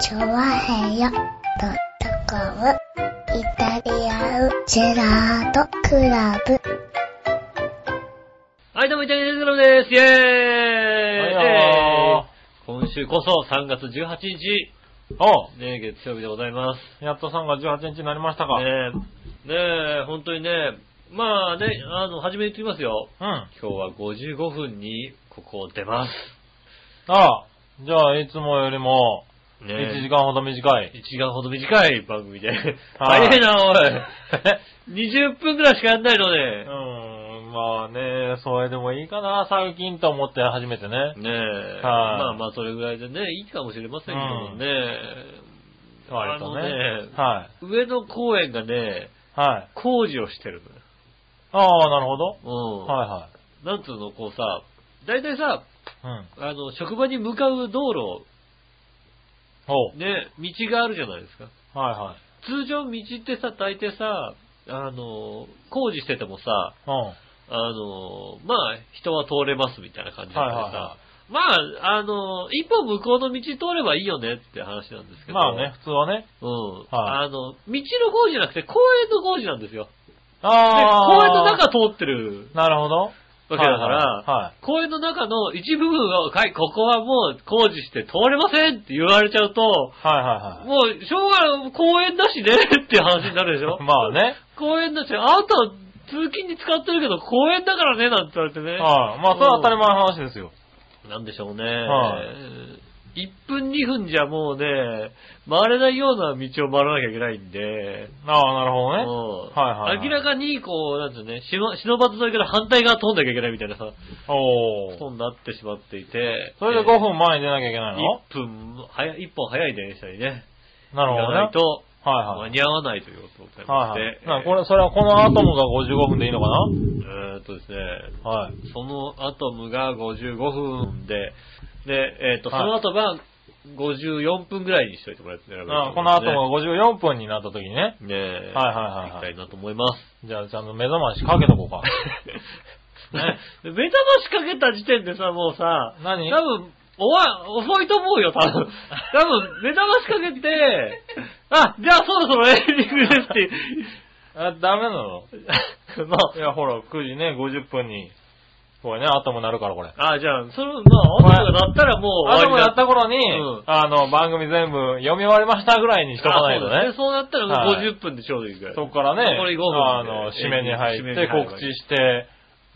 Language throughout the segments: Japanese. チョワヘヨドットコムイタリアンジェラートクラブ。はい、どうも、イタリアンジェラートです。イェーイ、はいえー今週こそ3月18日、おね、月曜日でございます。やっと3月18日になりましたか。ねえ、ねえ、本当にね、まあね、あの、初めに言ってきますよ。うん。あ今日は55分にここを出ます。あ、じゃあいつもよりも、1時ね間ほど短い。え、1時間ほど短い番組で。はい早いな、おい。20分く らいしかやんないのうーね。ん、まあね、それでもいいかな、最近と思って初めてね。ねえ、はいまあまあ、それぐらいでね、いいかもしれませんけどもね。割とね。あのねはい。上野公園がね、はい。工事をしてるああ、なるほど。のよ。うん。はいはなんつうの、こうさ、大体さ、い。うん。あの、職場に向かう道路、おう。ね、道があるじゃないですか。はいはい。通常道ってさ、大抵さ、あの、工事しててもさ、うん。あの、まあ、人は通れますみたいな感じだからさ、はいはいはまあ、あの、一歩向こうの道通ればいいよねって話なんですけど。まあね、。普通はね。うん。はいあの、道の工事じゃなくて公園の工事なんですよ。で公ああ。園の中通ってるなるほど。わけだから、はいはいはい公園の中の一部分を、はい、ここはもう工事して通れませんって言われちゃうと、はいはいもう、しょうがない、公園だしねっていう話になるでし ょはい。まあね。公園だし、あんた通勤に使ってるけど公園だからねなんて言われてね。はい。まあそれは当たり前の話ですよ。なんでしょうね。はい1分2分じゃもうね、回れないような道を回らなきゃいけないんで、ああ、なるほどね。うんはいはいはい明らかにこう、なんていうのね、しの、しのばず沿いから反対側通んなきゃいけないみたいなさ、おことお。になってしまっていて。それで5分前に出なきゃいけないの1分、早い、一本早い電車にね、なるほ行どかね。ないとはいは間い。に合わないということでございましはい、はいて。えーなこれ、それはこのアトムが55分でいいのかえーっとですね、なはい。そのアトムが55分で、で、えーっと、そはいの後が54分ぐらいにしといてもらってね、あこのアトムが54分になった時にね。ねえ、はいはいは行いきはいたいなと思います。じゃあ、ちゃんと目覚ましかけとこ うか。ね、目覚ましかけた時点でさ、もうさ、何多分、おわ、遅いと思うよ、多 分。多分、目覚ましかけて、あ、じゃあそろそろエンディングですっ て。あ、ダメなのまあいや、ほら、9時ね、50分に、これね、アトムなるから、これ。あ、じゃあ、その、まあ、音が鳴ったらもうア終トムわりやだった頃に、うんあの、番組全部読み終わりましたぐらいにしとかないとあね。そうだねそうなったらもはうい50分でちょうどいいぐらい。そこからね、残り5分であの、締めに入締めっにて入る告知して、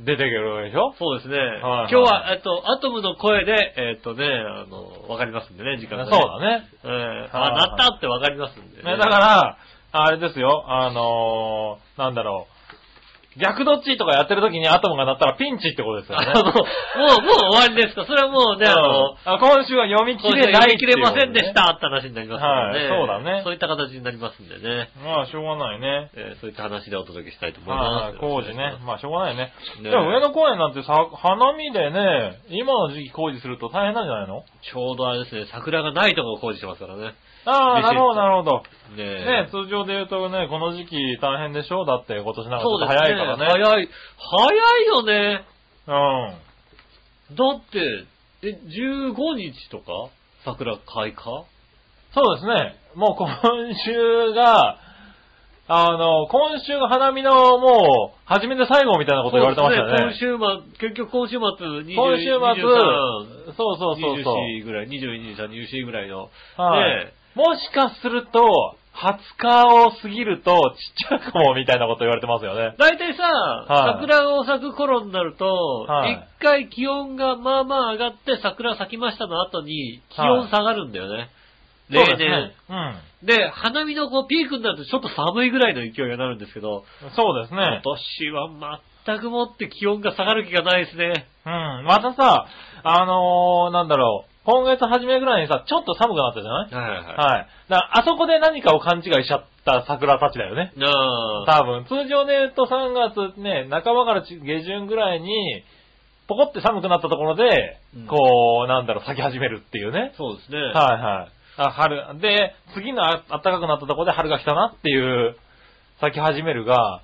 出てくるでしょそうですね。いはい今日は、えっと、アトムの声で、えっとね、あの、わかりますんでね、時そ間うが、ね。だね。えーはいはいあ、鳴ったってわかりますんで、ね、だから、あれですよ、あのー、なんだろう、逆どっちとかやってる時にアトムが鳴ったらピンチってことですよね。あの、もう、もう終わりですかそれはもうね、あの、うんあ今週は読み切今週れない読っみて切いうれことまねせんでし。たって話になりますからね。はいそうだねそういった形になりますんでね。まあ、しょうがないね。えーそういった話でお届けしたいと思いはまい、す。工事ね。まあ、しょうがないね。ねでも上野公園なんてさ、花見でね、今の時期工事すると大変なんじゃないのちょうどあれですね、桜がないところを工事してますからね。ああ、なるほど、なるほど。ねえね、通常で言うとね、この時期大変でしょうだって今年なんかちそょうでっとすね。早いからね。早い。早いよね。うん。だって、え、15日とか桜開花そうですね。もう今週が、あの、今週が花見のもう、初めて最後みたいなこと言われてましたよそうでね。す今週末、結局今週末、20今週23末、そうそうそうそう。 24ぐらい、22、23ぐらいの。はいねもしかすると、20日を過ぎると、ちっちゃいかもみたいなこと言われてますよね。大体さ、い桜を咲く頃になると、一、はい回気温がまあまあ上がって桜咲きましたの後に気は温い下がるんだよね。そう例です年ね。。うん。で、花見のこうピークになるとちょっと寒いぐらいの勢いになるんですけど、そうですね。今年は全くもって気温が下がる気がないですね。うん。またさ、あのー、なんだろう、今月初めぐらいにさ、ちょっと寒くなったじゃないはいはいはい。だからあそこで何かを勘違いしちゃった桜たちだよね。い。なあ多分、通常で言うと3月ね、半ばから中下旬ぐらいに、ポコって寒くなったところでうん、こう、なんだろう、咲き始めるっていうね。そうですね。はいはい。あ、春。で、次のあ暖かくなったところで春が来たなっていう、咲き始めるが、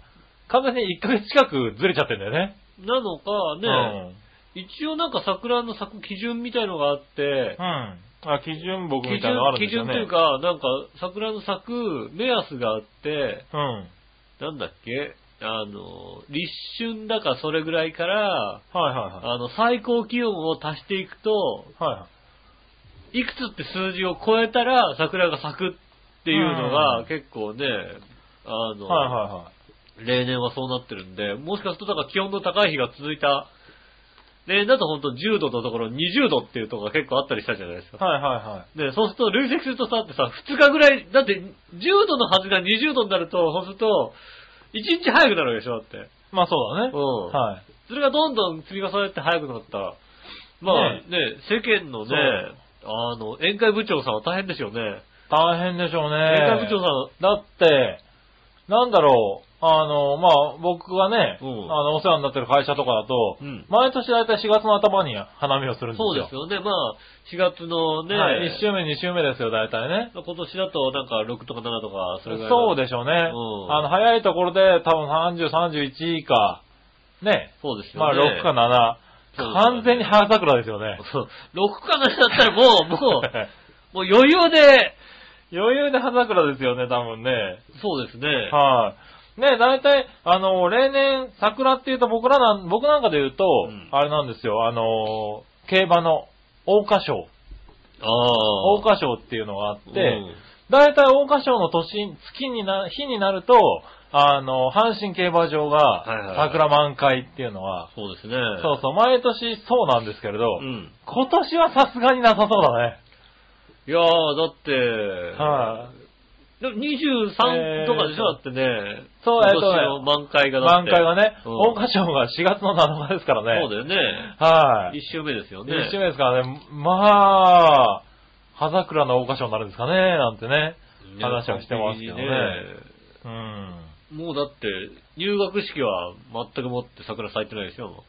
完全に1ヶ月近くずれちゃってんだよね。なのかうね、一応なんか桜の咲く基準みたいのがあって、ん。うん。あ、基準木基みたいなのあ準、るん基ですよ準とね。いうか、なんか、桜の咲く目安があって、うん。なんだっけあの、立春だかそれぐらいから、はいはいはい。あの、最高気温を足していくと、はいはい。いくつって数字を超えたら桜が咲くっていうのうがん結構ね、あの、はいはいはい。例年はそうなってるんで、もしかするとだから気温の高い日が続いた、例年だと本当10度のところ20度っていうところが結構あったりしたじゃないですか。はいはいはい。で、そうすると累積するとさ、だってさ、2日ぐらい、だって10度のはずが20度になると、そうすると、1日早くなるわけでしょ、だって。まあそうだね。うんはい。それがどんどん積み重なって早くなった。まあねね、世間のねそう、あの、宴会部長さんは大変ですよね。大変でしょうね。宴会部長さだって、なんだろう、あの、まあ、僕がね、うんあの、お世話になってる会社とかだと、うん毎年大体4月の頭に花見をするんん、ですよ。そうですよね。まあ、4月のね、はい。1週目、2週目ですよ、大体ね。今年だとなんか6とか7とか、それぐらいの。そうでしょううね。んあの、早いところで多分30、31以下、ね、そうですまよあね。 6か7、そうですね完全に花桜ですよね。そう。6か7だったらも う、もう、もう余裕で、余裕で花桜ですよね、多分ね。そうですね。はい。ね、大体、あの、例年、桜っていうと僕らなん、僕なんかで言うと、うんあれなんですよ、あの、競馬の、桜花賞。ああ。桜花賞っていうのがあって、うん大体桜花賞の年、月にな、日になると、あの、阪神競馬場がはいはいはい、桜満開っていうのは、そうですね。そうそう、毎年そうなんですけれど、うん。今年はさすがになさそうだね。いやー、だって、はい、でも23とかでしょ、だってね。そう今えっとね年の満開がだっ満て。開がね、うん桜花賞が4月の7日ですからね。そうだよね。はい、一周目ですよね。一周目ですからね、まあ、葉桜の桜花賞になるんですかね、なんてね。いや話はしてますけどね完うん。璧にねもうだって、入学式は全くもって桜咲いてないですよ。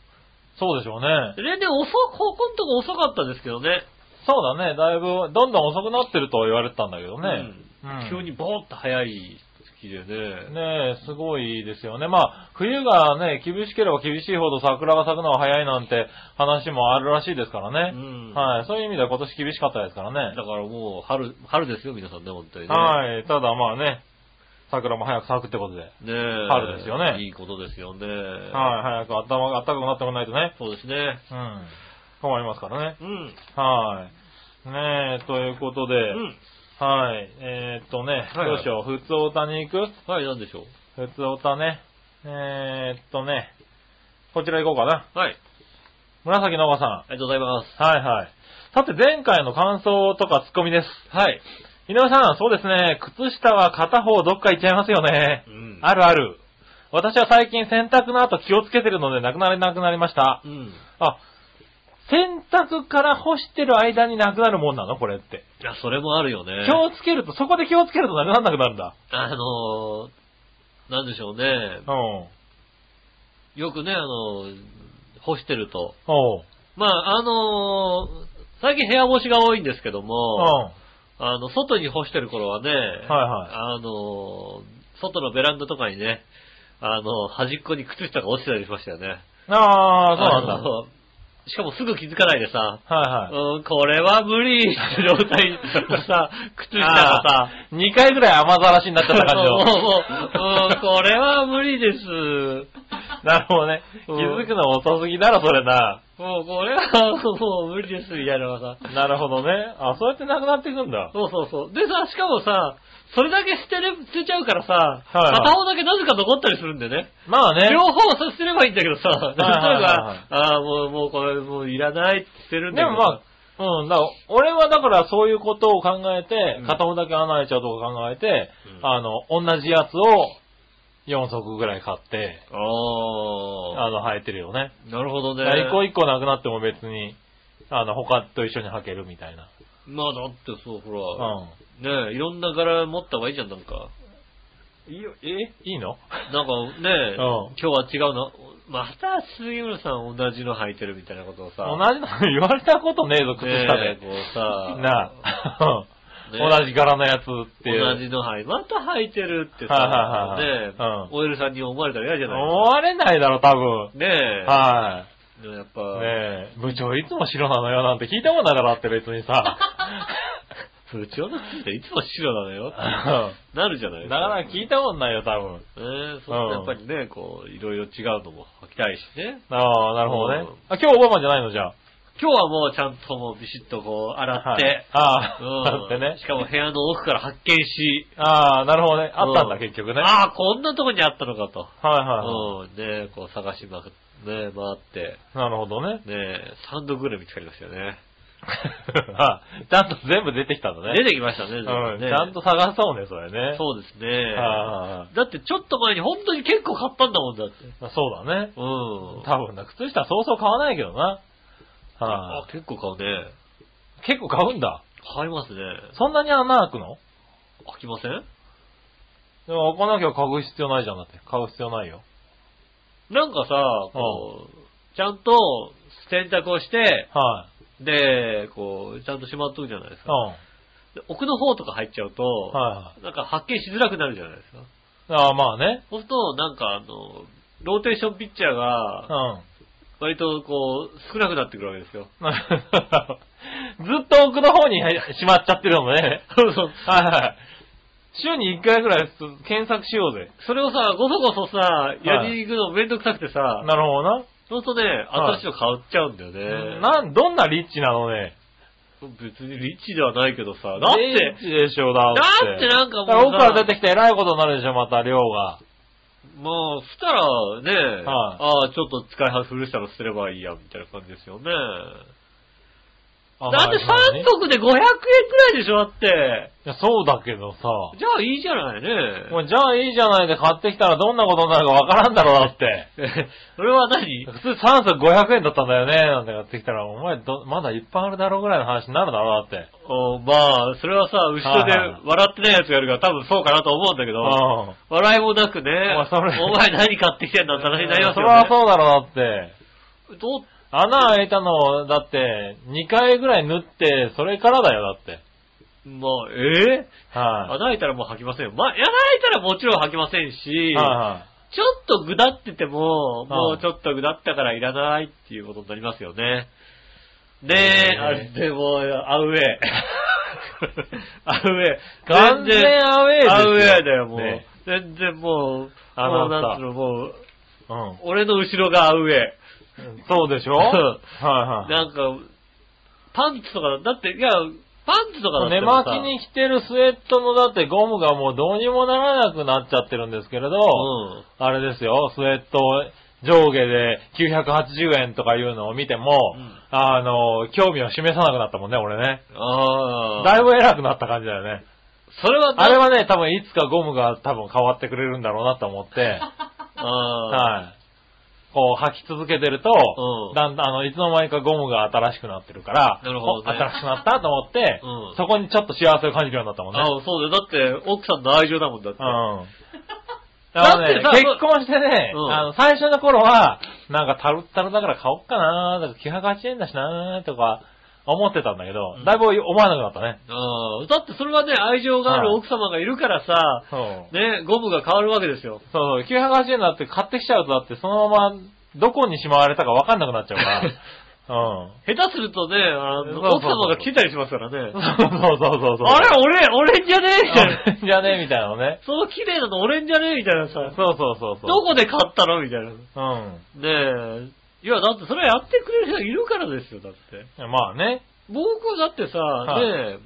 そうでしょうね。例年遅、高校のとこ遅かったですけどね。そうだね、だいぶ、どんどん遅くなってるとは言われてたんだけどね。うん急にボーっと早い月でね。ねえ、すごいですよね。まあ、冬がね、厳しければ厳しいほど桜が咲くのは早いなんて話もあるらしいですからうね。んはい、そういう意味では今年厳しかったですからだね。からもう春、春ですよ、皆さんね、本当にね。はい、ただまあね、桜も早く咲くってことで。はい、ねえ春ですよねいいことですよね。早く頭が暖かくなってもらわないとね。そうですね。うん。困りますからね。うん。はい。ねえ、ということで、うん。はい。えーっとね、はいはいどうしよう。普通おたに行くはい、なんでしょ普通おたね。えーっとね、こちら行こうかな。う。はい。紫のおばさん。ありがとうございます。はいはい。さて前回の感想とかツッコミです。はい。井上さん、そうですね。靴下は片方どっか行っちゃいますよね。うんあるある。私は最近洗濯の後気をつけてるのでなくなれなくなりました。うん。あ、洗濯から干してる間になくなるもんなのこれって。いや、それもあるよね。気をつけると、そこで気をつけるとなくならなくなるんだ。あのー、なんでしょうね。うん。よくね、あのー、干してると。おう。まあ、あのー、最近部屋干しが多いんですけどうん。も、はあの、外に干してる頃はね、はいあのー、外のベランダとかにね、あの、端っこに靴下が落ちてたりしましたよね。い。ああ、そうなんだ。のしかもすぐ気づかないでさ、はいはい。うん、これは無理って状態の さ、靴下がさ、さ、2回ぐらい雨ざらしになっちゃった感じもうの。もう、うん、これは無理です。 なるほどね。気うんづくの遅すぎだろ、それな。もうこれはもう無理です、みたいなのがさ。なるほどね。あ、そうやってなくなっていくんだ。そうそうそう。でさ、しかもさ、それだけ捨てれ、捨てちゃうからさ、はい片方だけなぜか残ったりするんだよね。まあね。両方さ、捨てればいいんだけどさ、なんとはないく、ああ、もう、もうこれ、もういらないって捨てるんだでけどもまあ、うん、だから俺はだからそういうことを考えてう、ん片方だけ穴開いちゃうとか考えて、うんあの、同じやつを4足ぐらい買って、ああの、履いてるよね。あ、なるほどね。一個一個なくなっても別に、あの、他と一緒に履けるみたいな。まあだってそう、ほら、うねえ、いろんな柄持った方がいいじゃん、なんか。ん。いいよ、えいいのなんかねえ、ん今日は違うの、また杉村さん同じの履いてるみたいなことをさ、同じの言われたことねえぞ、靴ね下えで。こうさ、なあ。ね同じ柄のやつっていう。同じの履い、また履いてるってさ、はいはいはいはいねえうん、オイルさんに思われたら嫌じゃない思われないだろ、多分。ねえ、はい。でもやっぱ、ねえ、部長いつも白なのよなんて聞いたもんだからって別にさ。それ、千代田区っていつも白なのよ。な なるじゃないかなか聞いたことないよ、多分。ねえ、そうするとうんやっぱりね、こう、いろいろ違うのも履きたいしね。ああ、なるほどねうん。あ、今日オバマじゃないの、じゃあ。今日はもうちゃんともうビシッとこう、洗っはいて。あうんあ、だってねし。かも部屋の奥から発見し。ああ、なるほどね。あったんうだ、結局ね。はいああ、こんなとこにあったのかと。はうん、ねえ、こう探しまく、ねえ、回って。い。なるほ どね。ねえ、3度ぐらい見つかりましたよね。あちゃんと全部出てきたんだね。出てきましたね、うん、ねちゃんと探そうね、それね。そうですね。あだってちょっと前に本当に結構買ったんだもんだって。あそうだね。う多ん。分な、靴下そうそう買わないけどな。はああ、結構買うね。結構買うんだ。買いますね。そんなに穴開くの飽きませんでも開かなきゃ買う必要ないじゃんだって。買う必要ないよ。なんかさ、こう、ちゃんと洗濯をして、はで、こう、ちゃんとしまっとくじゃないですい。うん。か。で奥の方とか入っちゃうと、はいはい。なんか発見しづらくなるじゃないですか。ああ、まあね。そうすると、なんかあの、ローテーションピッチャーうが、ん。 割とこう、少なくなってくるわけですよ。ずっと奥の方にしまっちゃってるのね。そうそうはいはい。週に1回ぐらい検索しようぜ。それをさ、ごそごそさ、やりに行くのめんどくさくてさ、なるほどそうするとね、新しいの買っちゃうんだよね。な。なん、どんなリッチなのね。別にリッチではないけどさ、だっリッて、チでしょ、だって。だってなんかもうさだら奥から出てきて偉いことになるでしょ、また、量が。まあ、したらね、はいああ、ちょっと使いは古したのすればいいや、みたいな感じですよね。あだってまあまあね3足で500円くらいでしょ、だって。いやそうだけどさ。じゃあいいじゃないもね。うじゃあいいじゃないで買ってきたらどんなことになるかわからんだろう、だって。 それは何普通3足500円だったんだよね、なんて買ってきたら、お前ど、まだいっぱいあるだろうぐらいの話になるだろう、だって。おまあ、それはさ、後ろではいはい笑ってないやつがいるから多分そうかなと思うんだけうど、ん。笑いもなくねあ、それお前何買ってきてんだって話になりますそれはよね。そうだろう、だって。どう穴開いたのを、だって、2回ぐらい縫って、それからだよ、だって。まあ、ええは穴開いたらもう履きませんよ。まあ、穴開いたらもちろん履きませんい。し、はちょっとぐだってても、もはういちょっとぐだったからいらないっていうことになりますよね。ねえ、ねえあれでも、ア ウェイ。アウェイ。いはい。完全アウェイですよアウェイだよ、もう。ね全然もう、あもうなたなんつうの、もう、うん。俺の後ろがアウェイ。そうでしょうんはいはい。なんか、パンツとか、だって、いや、パンツとかだって寝も巻さきに着てるスウェットのだってゴムがもうどうにもならなくなっちゃってるんですけれうど、ん。あれですよ、スウェット上下で980円とかいうのを見ても、うんあの、興味を示さなくなったもんね、俺ね。ああ。だいぶ偉くなった感じだよね。それはあれはね、多分いつかゴムが多分変わってくれるんだろうなと思 って、ああ。はい。こう履き続けてると、うんだんだん、あの、いつの間にかゴムが新しくなってるから、なるほどねお新しくなったと思っ て、うんそこにちょっと幸せを感じるようになったもんね。あそうだよ。だって、奥さんの愛情だもんだって。うん。 だだってね、さ結婚してね、うんあの、最初の頃は、なんかタルッタルだから買おっかなーとか、980円だしなーとか、思ってたんだけど、うんだいぶ思わなくなっああ。だってそれはね、愛情があるはい奥様がいるからさ、たね。そう。ね、ゴムが変わるわけですよ。そう、980円だって買ってきちゃうとだって、そのまま、どこにしまわれたかわかんなくなっちゃう から。うん。下手するとね、あのそうそうそう奥様が来たりしますからね。そうそうそうそう。あれ、俺、俺じゃねえみたいな。 じゃねみたいなのね。その綺麗なの俺んじゃねえみたいなそうさ。そうそうそう。どこで買ったのみたいな。うん。ねえ。いや、だってそれやってくれる人がいるからですよ、だって。まあね。僕はだってさ、はねえ、ね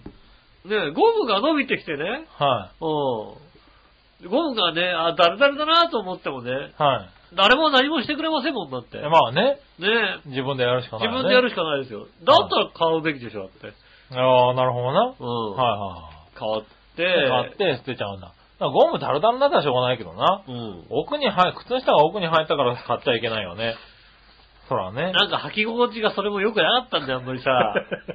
え、ゴムが伸びてきてね、はうん。ゴムがね、あ、だるだるだなと思ってもね、い。は誰も何もしてくれませんもんだって。い。まあね。ねえ、自分でやるしかない、自ね。分でやるしかないですよ。だったら買うべきでしょ、だって。ああ、なるほどな。うん。は買って、いはいはい。買って捨てちゃうんだ。だからゴムタルタルになったらしょうがないけどな。うん。奥に入、靴下が奥に入ったから買っちゃいけないよね。そらね。なんか履き心地がそれも良くなかったんだよ、あんまり さ。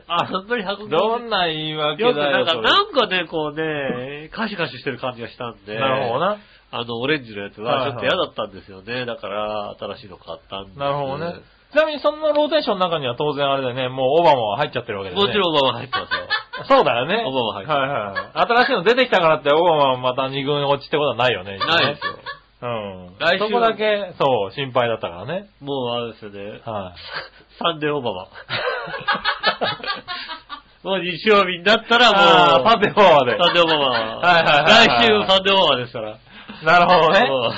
あ、あんまり履き心地。どんな言い訳だよよ、くなんか、それなんかね、こうね、カシカシしてる感じがしたんで。なるほどな。あの、オレンジのやつはいははちょっとい嫌だったんですよね。だから、新しいの買ったんです。なるほどね。ちなみにそのローテーションの中には当然あれだよね、もうオバマは入っちゃってるわけだよもね。ちろんオバマ入ってますよ。 そうだよね。オバマ入ってるはいはいはい。新しいの出てきたからって、オバマはまた二軍落ちってこと はないよね。ないですよ。すよ。うん。来週そこだけ、そう、心配だったからね。もうあれですよね。はサンデーオバマ。 もう日曜日になったらあもう、あ、サンデーパワーで。サンデーオバマはいはいはいはい来週のサンデーオバマですから。なるほどね。もう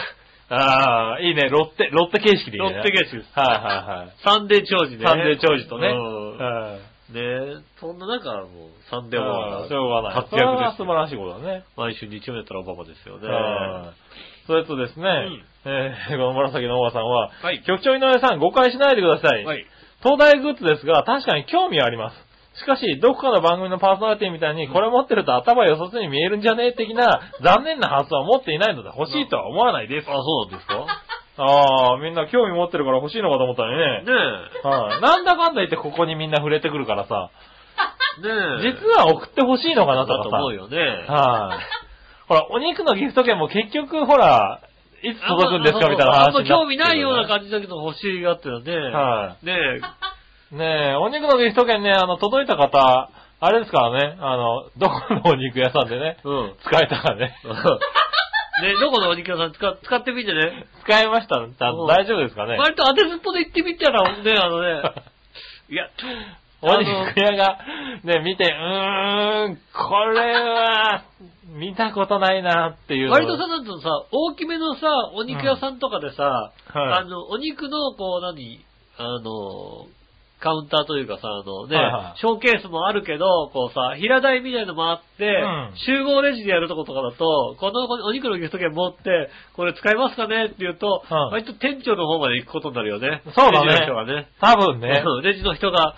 ああ、いいね。ロッテ、ロッテ形式でいいロね。ッテ形式です。はいはいはい。サンデー長寿ね。サンデー長寿とね。うんうんねえ、そんな中、もう、サンデーオバマあがーしょうがない。活躍ですそれは素晴らしいことだね。毎週日曜日だったらオバマですよね。うんそれとですね、んえーこの紫のおばさんは、はい局長井上さん誤解しないでください。はい。東大グッズですが、確かに興味はあります。しかし、どこかの番組のパーソナリティみたいに、これ持ってると頭良さそうに見えるんじゃねえ的な、残念な発想は持っていないので、欲しいとは思わないです。あ、そうなんですかああ、みんな興味持ってるから欲しいのかと思ったのにね。ねはい、なんだかんだ言ってここにみんな触れてくるからさ、え。ねえ。実は送って欲しいのかなとだとかさ。思うよね。はい、ほら、お肉のギフト券も結局、ほら、いつ届くんですかみたあいなんま話あんまになっ興味なてるよね、いような感じだけど欲しいがってのはね。はねえ。い。ねえ、お肉のギフト券ね、あの、届いた方、あれですからね、あの、どこのお肉屋さんでね、うん。 使えたらね、ねどこのお肉屋さん使使ってみてね。使えましたら、あうんの大丈夫ですかね。割と当てずっぽで行ってみたら、ね、あのね、いや、 お肉屋が、ね、見て、うーん、これは、見たことないなっていうのを。割とさ、なんとさ、大きめのさ、お肉屋さんとかでさ、うんはいあの、お肉の、こう、何、あの、カウンターというかさ、あのね、はいはいショーケースもあるけど、こうさ、平台みたいのもあって、ん集合レジでやるとことかだと、このお肉のギフト券持って、これ使えますかねって言うと、うん割と店長の方まで行くことになるよね。そうだねレジの人がね。多分ね、うんレジの人が、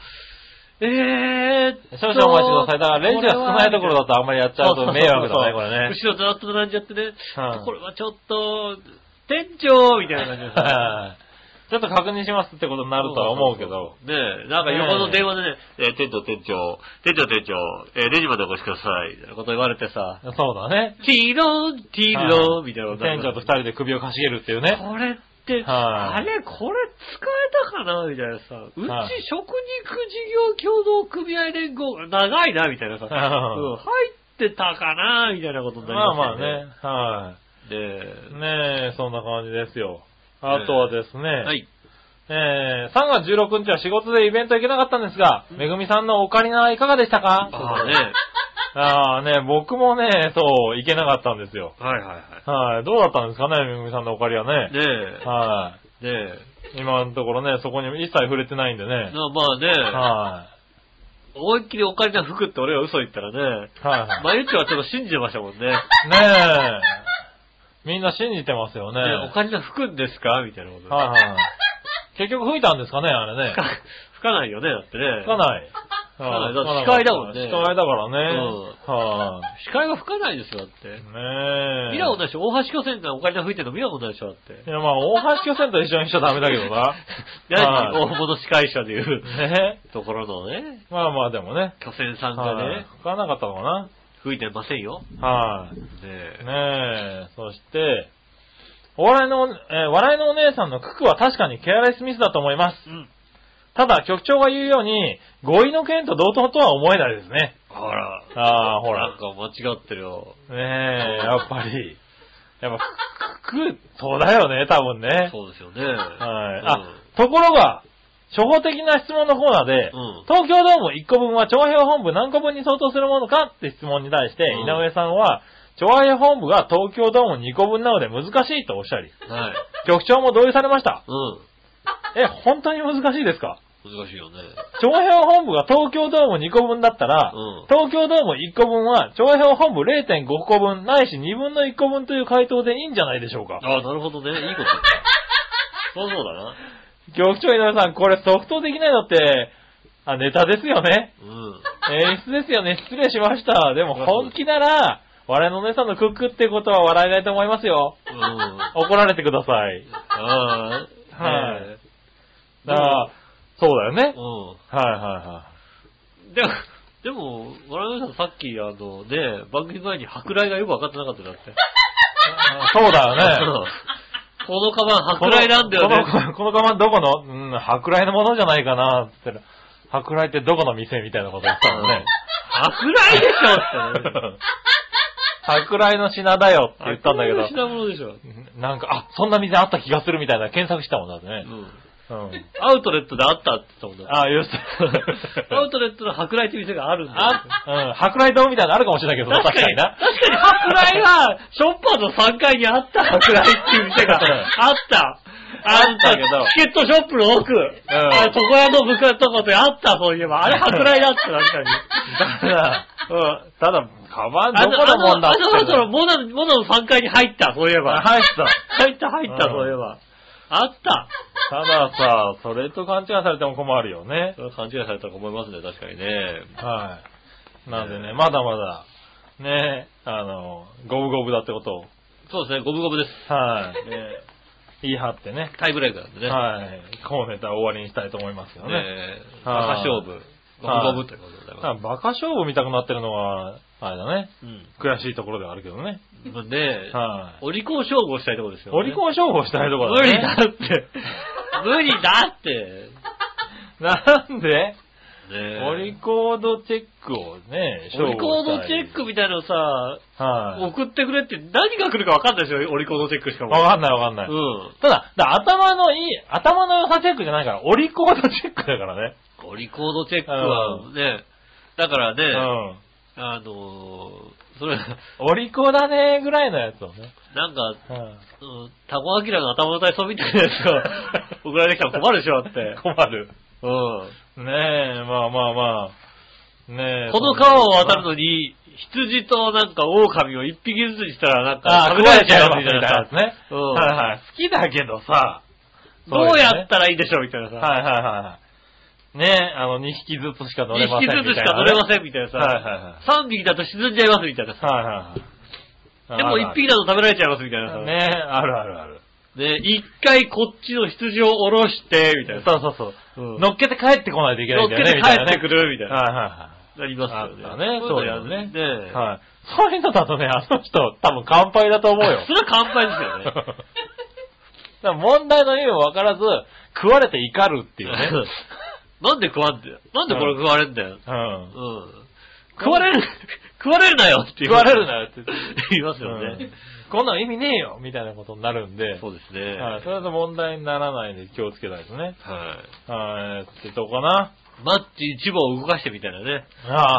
えーっと少々お待ちください。だから、レンジが少ないところだとあんまりやっちゃうと迷惑だね、これね。後ろずらっと並んじゃってね、うんこれはちょっと、店長みたいな感じでさ。はいちょっと確認しますってことに なるとは思うけど。ねえ、なんか横の電話でね、えー店長店長、店長店長、えーレジまでお越しください、みたいなこと言われてさ、そうだね。ティーロン、ティーロン、みたいなこと店長と二人で首をかしげるっていうね。これって、あはいれ、これ使えたかなみたいなさ、うち食肉はい事業協同組合連合、長いな、みたいなさ、うんん入ってたかなみたいなことになりまあままあすよねね。。で、はい。ねえ、そんな感じですよ。あとはですね、はい。えー3月16日は仕事でイベント行けなかったんですが、めぐみさんのオカリナはいかがでしたかああね。。ああね、僕もね、そう、行けなかったんですよ。はいははい。どうだったんですかね、めぐみさんのオカリはね。いは。はいねえ。ねい。今のところね、そこに一切触れてないんでえ。ね。なまあね、は思いっきりお金の服って俺が嘘言ったらね、い。はい。まゆっちはちょっと信じてましたもんね。ねねえ。みんな信じてますよね。お金の服ですかみたいなこと。はいはい。結局吹いたんですかね、あれね。吹か吹かないよね、だってね。吹かない。ないはだって司会だもんね司会だからね。は視界が吹かないですよ、だって。い。ねえ。見たことないでしょ大橋巨船がオカリナ吹いてるの見たことないでしょだって。いや、まあ、大橋巨船と一緒にしちゃダメだけど な。何は大物司会者でいういねところのね、まあまあ、でもね。巨船さんがはいね、吹かなかったのか吹いてませんよ。な。はい。ねえねえ、そして、お笑いの、えー笑いのお姉さんのククは確かにケアレスミスだと思います。うん。ただ、局長が言うように、合意の件と同等とは思えないですね。ほら。ああ、ほらなん。か間違ってるよ。ねえ、やっぱり。やっぱ、クク、そうだよね、多分ね。そうですよね。はうい。んあ、ところが、初歩的な質問のコーナーで、うん東京ドーム1個分は長編本部何個分に相当するものかって質問に対して、うん井上さんは、長編本部が東京ドーム2個分なので難しいとおっしゃり、はい。局長も同意されました。うえ、本当に難しいですかん。難しいよね。長編本部が東京ドーム2個分だったら、うん東京ドーム1個分は長編本部0.5個分ないし2分の1個分という回答でいいんじゃないでしょうか。ああ、なるほどね。いいこと。そうそうだな。局長井上さん、これソフトできないのって、あ、ネタですよね。うん。演出ですよね。失礼しました。でも本気なら、笑いのお姉さんのクックってことは笑えないと思いますよ。うん。あ怒られてください。あ。はいねだから、そうだよえね。うん。はいはでも、でも、我々さんさっき、あの、ね、番組前に舶来がよく分かってなかったよだって。いはい。そうだようね。 んこのカバン舶来なんだよね。この、このこの看板どこの、うん、舶来のものじゃないかな、つったら、舶来ってどこの店みたいなこと言った もんね。舶来でしょってね。舶来の品だよ って言ったんだけ舶来の品ど、物でしょ。なんか、あ、そんな店あった気がするみたいな検索したもんだってうね。ん。うん。アウトレットであったって言ったもんだ。ああ、 よし。アウトレットの舶来って店があるんだよ。あ、うん、舶来堂みたいなのあるかもしれないけど、確かにな。確かに舶来は、ショッパーの3階にあった。舶来っていう店がうんあった。あんあったたけどチケットショップの奥、あ床屋の部下のとことあった、そういえば。あれ舶来だった、確かに。だから、うん、ただ、カバンあどこのもんだっあて。の、あの頃、モナの、モナの3階に入った、そういえば。入った。入った、入った、うんそういえば。あった。たださ、それと勘違いされても困るよね。それは勘違いされたと思いますね、確かにね。はい。なんでね、まだまだ、ね、あの、五分五分だってことを、そうですね、五分五分です。はえい。言い張ってね。ータイブレイクなんでね。はい。このネタ終わりにしたいと思いますけどねね。え、はい馬鹿勝負。はい五分五分ということでございあまバカ勝負見たくなってるのは、あれだね。す。うん。悔しいところではあるけどね。まあねえ、はい。お利口勝負をしたいところですよ、ね。お利口勝負をしたいところ無ね。理だって。 無理だって。なんでねお利口度チェックをね、お利口のチェックみたいなのさ、クはい。送ってくれって何が来るか分かんないですよ、お利口のチェックしかも。わかんないわかんない。うん。ただ、だ頭のいい、頭の良さチェックじゃないから、お利口度チェックだからね。お利口のチェックはね、だからうね、ん。あのー、それ、お利口だねぐらいのやつをね。なんか、うんうんタコアキラの頭の体操みたいなやつが送られてきたら困るでしょ、だって。困る。うん。ねえ、まあまあまあ。ねえ。この川を渡るのに、羊となんか狼を一匹ずつにしたらなんかあ、食べ食られられちちゃゃううみたみたいいななさや。つね。うんはいはい。好きだけどさ、どうやったらいいでしょうみたいなはさ。いはいはい。ねえ、あの、2匹ずつしか乗れ一ませ匹んみたずいなね。つしか乗れませんみたいなはいはいさは。三匹だと沈んじゃいますみたいなさ。はいはいはい。でも一匹だと食べられちゃいますみたいなさ。ねえ、あるあるある。ね、一回こっちの羊を下ろして、みたいなさ。そうそうそう。うん乗っけて帰ってこないといけないんだよね。乗っけて帰ってくみるみたたいないなね。はなりますいよはいはい。あったね。ね、そうだよいのやねる。ねはい。そういうのだとね、あの人、多分乾杯だと思うよそ。れは乾杯です だよね。から問題の意味もわからず、食われて怒るっていうね。なんで食わんだよ。なんでこれ食われんだよ。うん。うん。食われる、食われるなよって言い食ますわれるなよって。言いますようねん。こんなの意味ねえよみたいなことになるんで。そうですね。はい。それと問題にならないんで気をつけたいですね。ははい。ってとこかな。い。マッチ一部を動かしてみたいなね。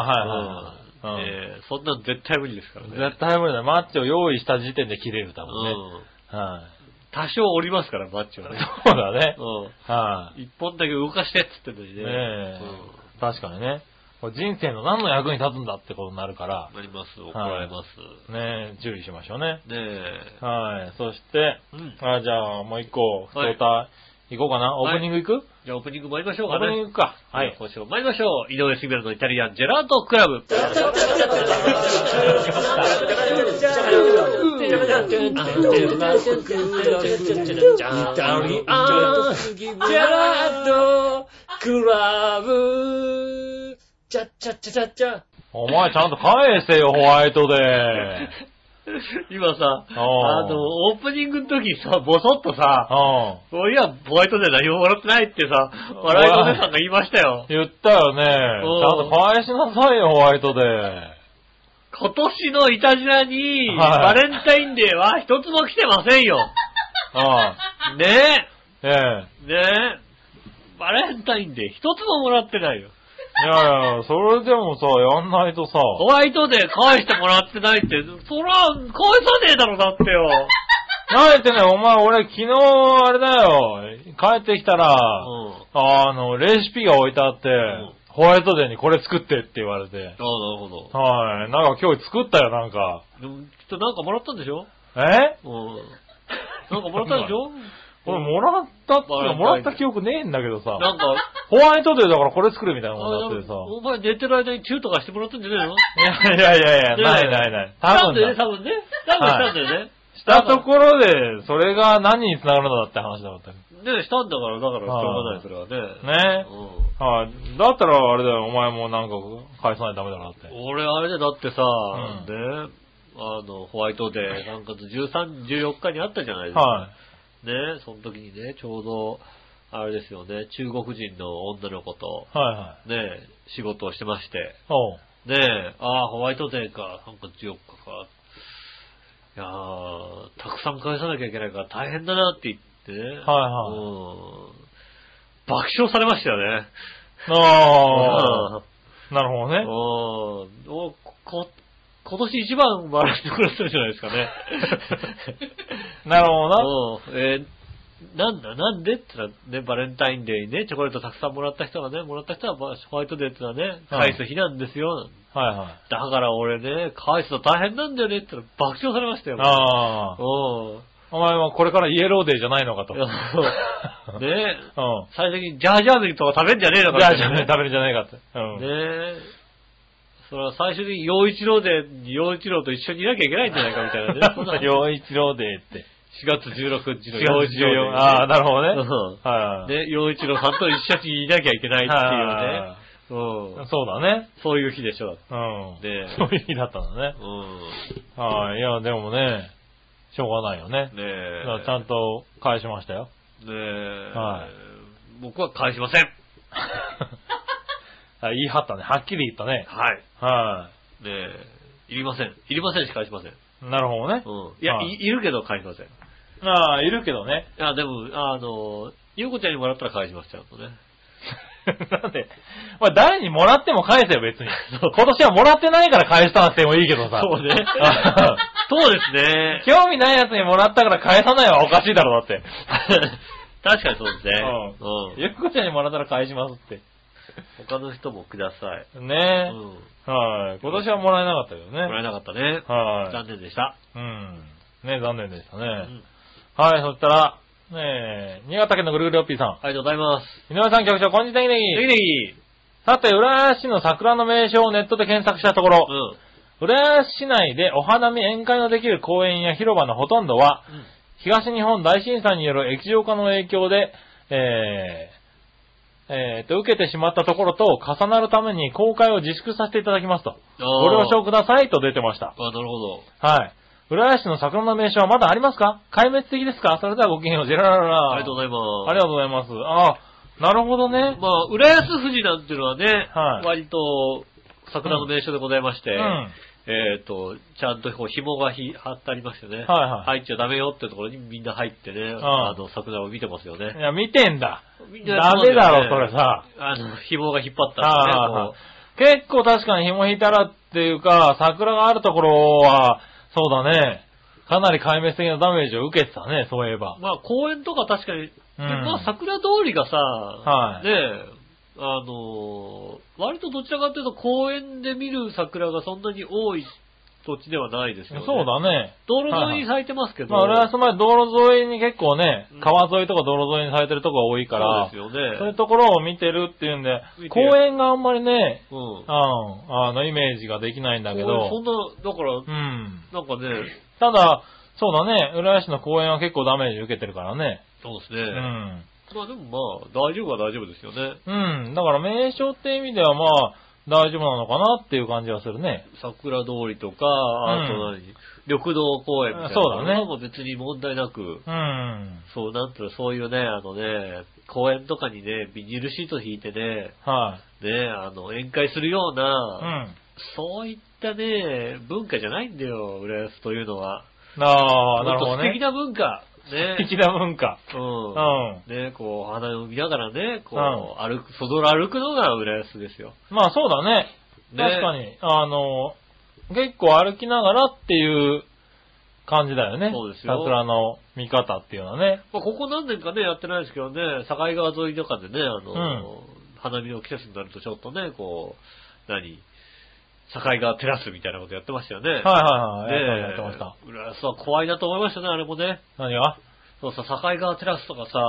ああ、はいはいはい。うんえーそんなの絶対無理ですからね。絶対無理だ。マッチを用意した時点で切れる、多分ね。うん。はい。多少折りますから、マッチはね。そうだね。うん。は一本だけ動かしてっつってんのにい。ね。ねえ。確かにね。これ人生の何の役に立つんだってことになるからうん。、なります。怒られます。ねえ、注意しましょうね。ねえ。はい。そして、うん。あじゃあもう一個、普はい通歌、いこうかな。オープニングいく、じゃあオープニング参りましょオうかーね。プニングか。ははいい。。今週も参りましょう。井上杉村のイタリアンジェラートクラブ。お前ちゃんと返せよ、ホワイトで。 今さ、ああーの、オープニングの時さ、ボソッとさ、うん。そういや、ホワイトデー何も笑ってないってさ、笑いのお姉さんが言いましたよ。言ったよね。ちうんゃんと返しなさいよ、ホワイトで。今年のイタジラに、バはいレンタインデーは一つも来てませんよ。あねあ、ええ。え、ねえ、バレンタインデー一つももらってないよ。いやいや、それでもさ、やんないとさ、ホワイトデー返してもらってないって、そら、返さねえだろ、だってよ。慣れてね、お前俺昨日、あれだよ、帰ってきたら、うん。ああの、レシピが置いてあって、んホワイトデーにこれ作ってって言われて、あ、なるほど。はい、なんか今日作ったよ、なんか。でも、きっとなんかもらったんでしょえうん。なんかもらったんでし ょ俺もらったって、バレンタインデーもらった記憶ねえんだけどさ、なんか、ホワイトデーだからこれ作るみたいなもんだってさ。お前寝てる間にチューとかしてもらったんじゃねえのいやいやいねやいや、えないないない。多多分ね、分だ。多分ね。多分したんだよね。したところで、それが何に繋がるのだって話だったよねしたんだから、だからしょうがない、それはね。ね。はい。だったらあれだよ、お前もなんか返さないとダメだなって。うん。俺、あれでだってさ、んね、あの、ホワイトデー、なんか13、14日にあったじゃないですか。はね、その時にね、ちょうど、あれですよね、中国人の女の子と、い。はいはい。ね、仕事をしてまして、おう。ねえ、ああ、ホワイトデーか、なんか14日か。いやーたくさん返さなきゃいけないから大変だなって言ってね。はいはいうん。爆笑されましたよね。ああ、なるほどうんね。うんおこ今年一番笑ってくれてるじゃないですかね。なるほどな。うんえーなんだ、なんでって言ったらね、バレンタインデーにね、チョコレートたくさんもらった人がね、もらった人は、まあ、ホワイトデーってのはね、はい返す日なんですよ。はいはい。だから俺ね、返すの大変なんだよねって言ったら爆笑されましたよ。あうあ、ん。お前はこれからイエローデーじゃないのかと。うん。ねえ、最終的にジャージャー麺とか食べんじゃねえのかじゃあ、みじたいゃあなね、食べるんじゃないかって。うん。ねえ。それは最終的に陽一郎で、陽一郎と一緒にいなきゃいけないんじゃないかみたいなね。そんな 4洋一郎デーって。月16日の4陽月一14郎で。ああ、なるほどね。うはいはん。い。ね、陽一郎さんと一緒にいなきゃいけないっはていうね。ういん。そうだね。そういう日でしょ。うん。でそういう日だったんだね。うん。はい。いや、でもね、しょうがないよね。ねだえからちゃんと返し ましたよ。ねえ。は僕は返しません。あ言い張ったね。はっきり言ったね。はい。はねえ。いりません。いりませんし返しません。い。なるほどね。うん。いや、はいいいるけど返しません。ああ、いるけどね。あ、でも、あの、ゆうこちゃんにもらったら返します、ちゃんとね。 なんで、まあ、誰にもらっても返せよ、別に。今年はもらってないから返したんしてもいいけどさ。。そうねそうですね。 興味ないやつにもらったから返さないはおかしいだろ、だって。確かにそうですね。ううん。ゆっこちゃんにもらったら返しますって。他の人もください。うねん。もえ。はい。今年はもらえなかったけどらえね。なかったね。は残念でした。い。うん。ね残念でしたね。うんはい、そしたら、ねえ、新潟県のぐるぐるおっぴーさん。ありがとうございます。井上さん局長、こんにちは、ネギネギネギネギさて、浦安市の桜の名所をネットで検索したところ、うん。浦安市内でお花見宴会のできる公園や広場のほとんどは、うん東日本大震災による液状化の影響で、えー、えーと、受けてしまったところと重なるために公開を自粛させていただきますと。あーご了承くださいと出てました。あ、なるほど。はい。浦安市の桜の名所はまだありますか壊滅的ですかそれではごきげんよう、ジェララララ。ありがとうございます。ありがとうございます。あーなるほどね。まあ、浦安富士なんていうのはね、はい割と桜の名所でございまして、うんえっ、と、ちゃんとこう紐がひ張ってありましてね、はい入っちゃダメよってところにみんな入ってね、んあの桜を見てますよいね。や、見てんだ。みんなやっダてメまだすよねろ、それさ。あの、紐が引っ張ったあんあで結構確かに紐引いたらっていうか、桜があるところは、そうだね。かなり壊滅的なダメージを受けてたね、そういえばすね。。まあ、公園とか確かに、うんまあ、桜通りがさ、はいねえ、あのー割とどちらかというと公園で見る桜がそんなに多い土地ではないですよね。そうだね。道路沿いに咲いてますけど。まあ、俺はその前、道路沿いに結構ねうん、川沿いとか道路沿いにされてるとこが多いから、そうですそうよいうね。ところを見てるっていうんで見、て公る園があんまりね、うん。うん、あの、イメージができないんだけそんど、な、だからう、ん。なんかね、ただ、そうだね、浦安市の公園は結構ダメージ受けてるからね。そうですね。うん。まあでもまあ、大丈夫は大丈夫ですよね。うん。だから名称って意味ではまあ、大丈夫なのかなっていう感じはするね。桜通りとか、あと何、緑道公園みたいな。そそうだねんなのも別に問題なく、うん。そう、なんていうの、そういうね、あのね、公園とかにね、ビニールシート引いてね、はね、あの、宴会するようい。うな、ん。そういったね、文化じゃないんだよ、浦安というのは。ああ、なるほどもっと素敵ね。な文化。ね。素敵な文化。うん。うね、こう、花を見ながらね、こう、うん歩く、そぞろ歩くのが浦安ですよ。まあそうだね。ね確かに。あの、結構歩きながらっていう感じだよね。そうですよ桜の見方っていうのはね。まあ、ここ何年かね、やってないですけどね、境川沿いとかでね、あの、うん花見の季節になるとちょっとね、こう、何、境川テラスみたいなことやってましたよね。い。はいはいねはい。やってましたやってまし浦安は怖いなと思いましたね、あれもね。た。何がそうさ、境川テラスとかさ、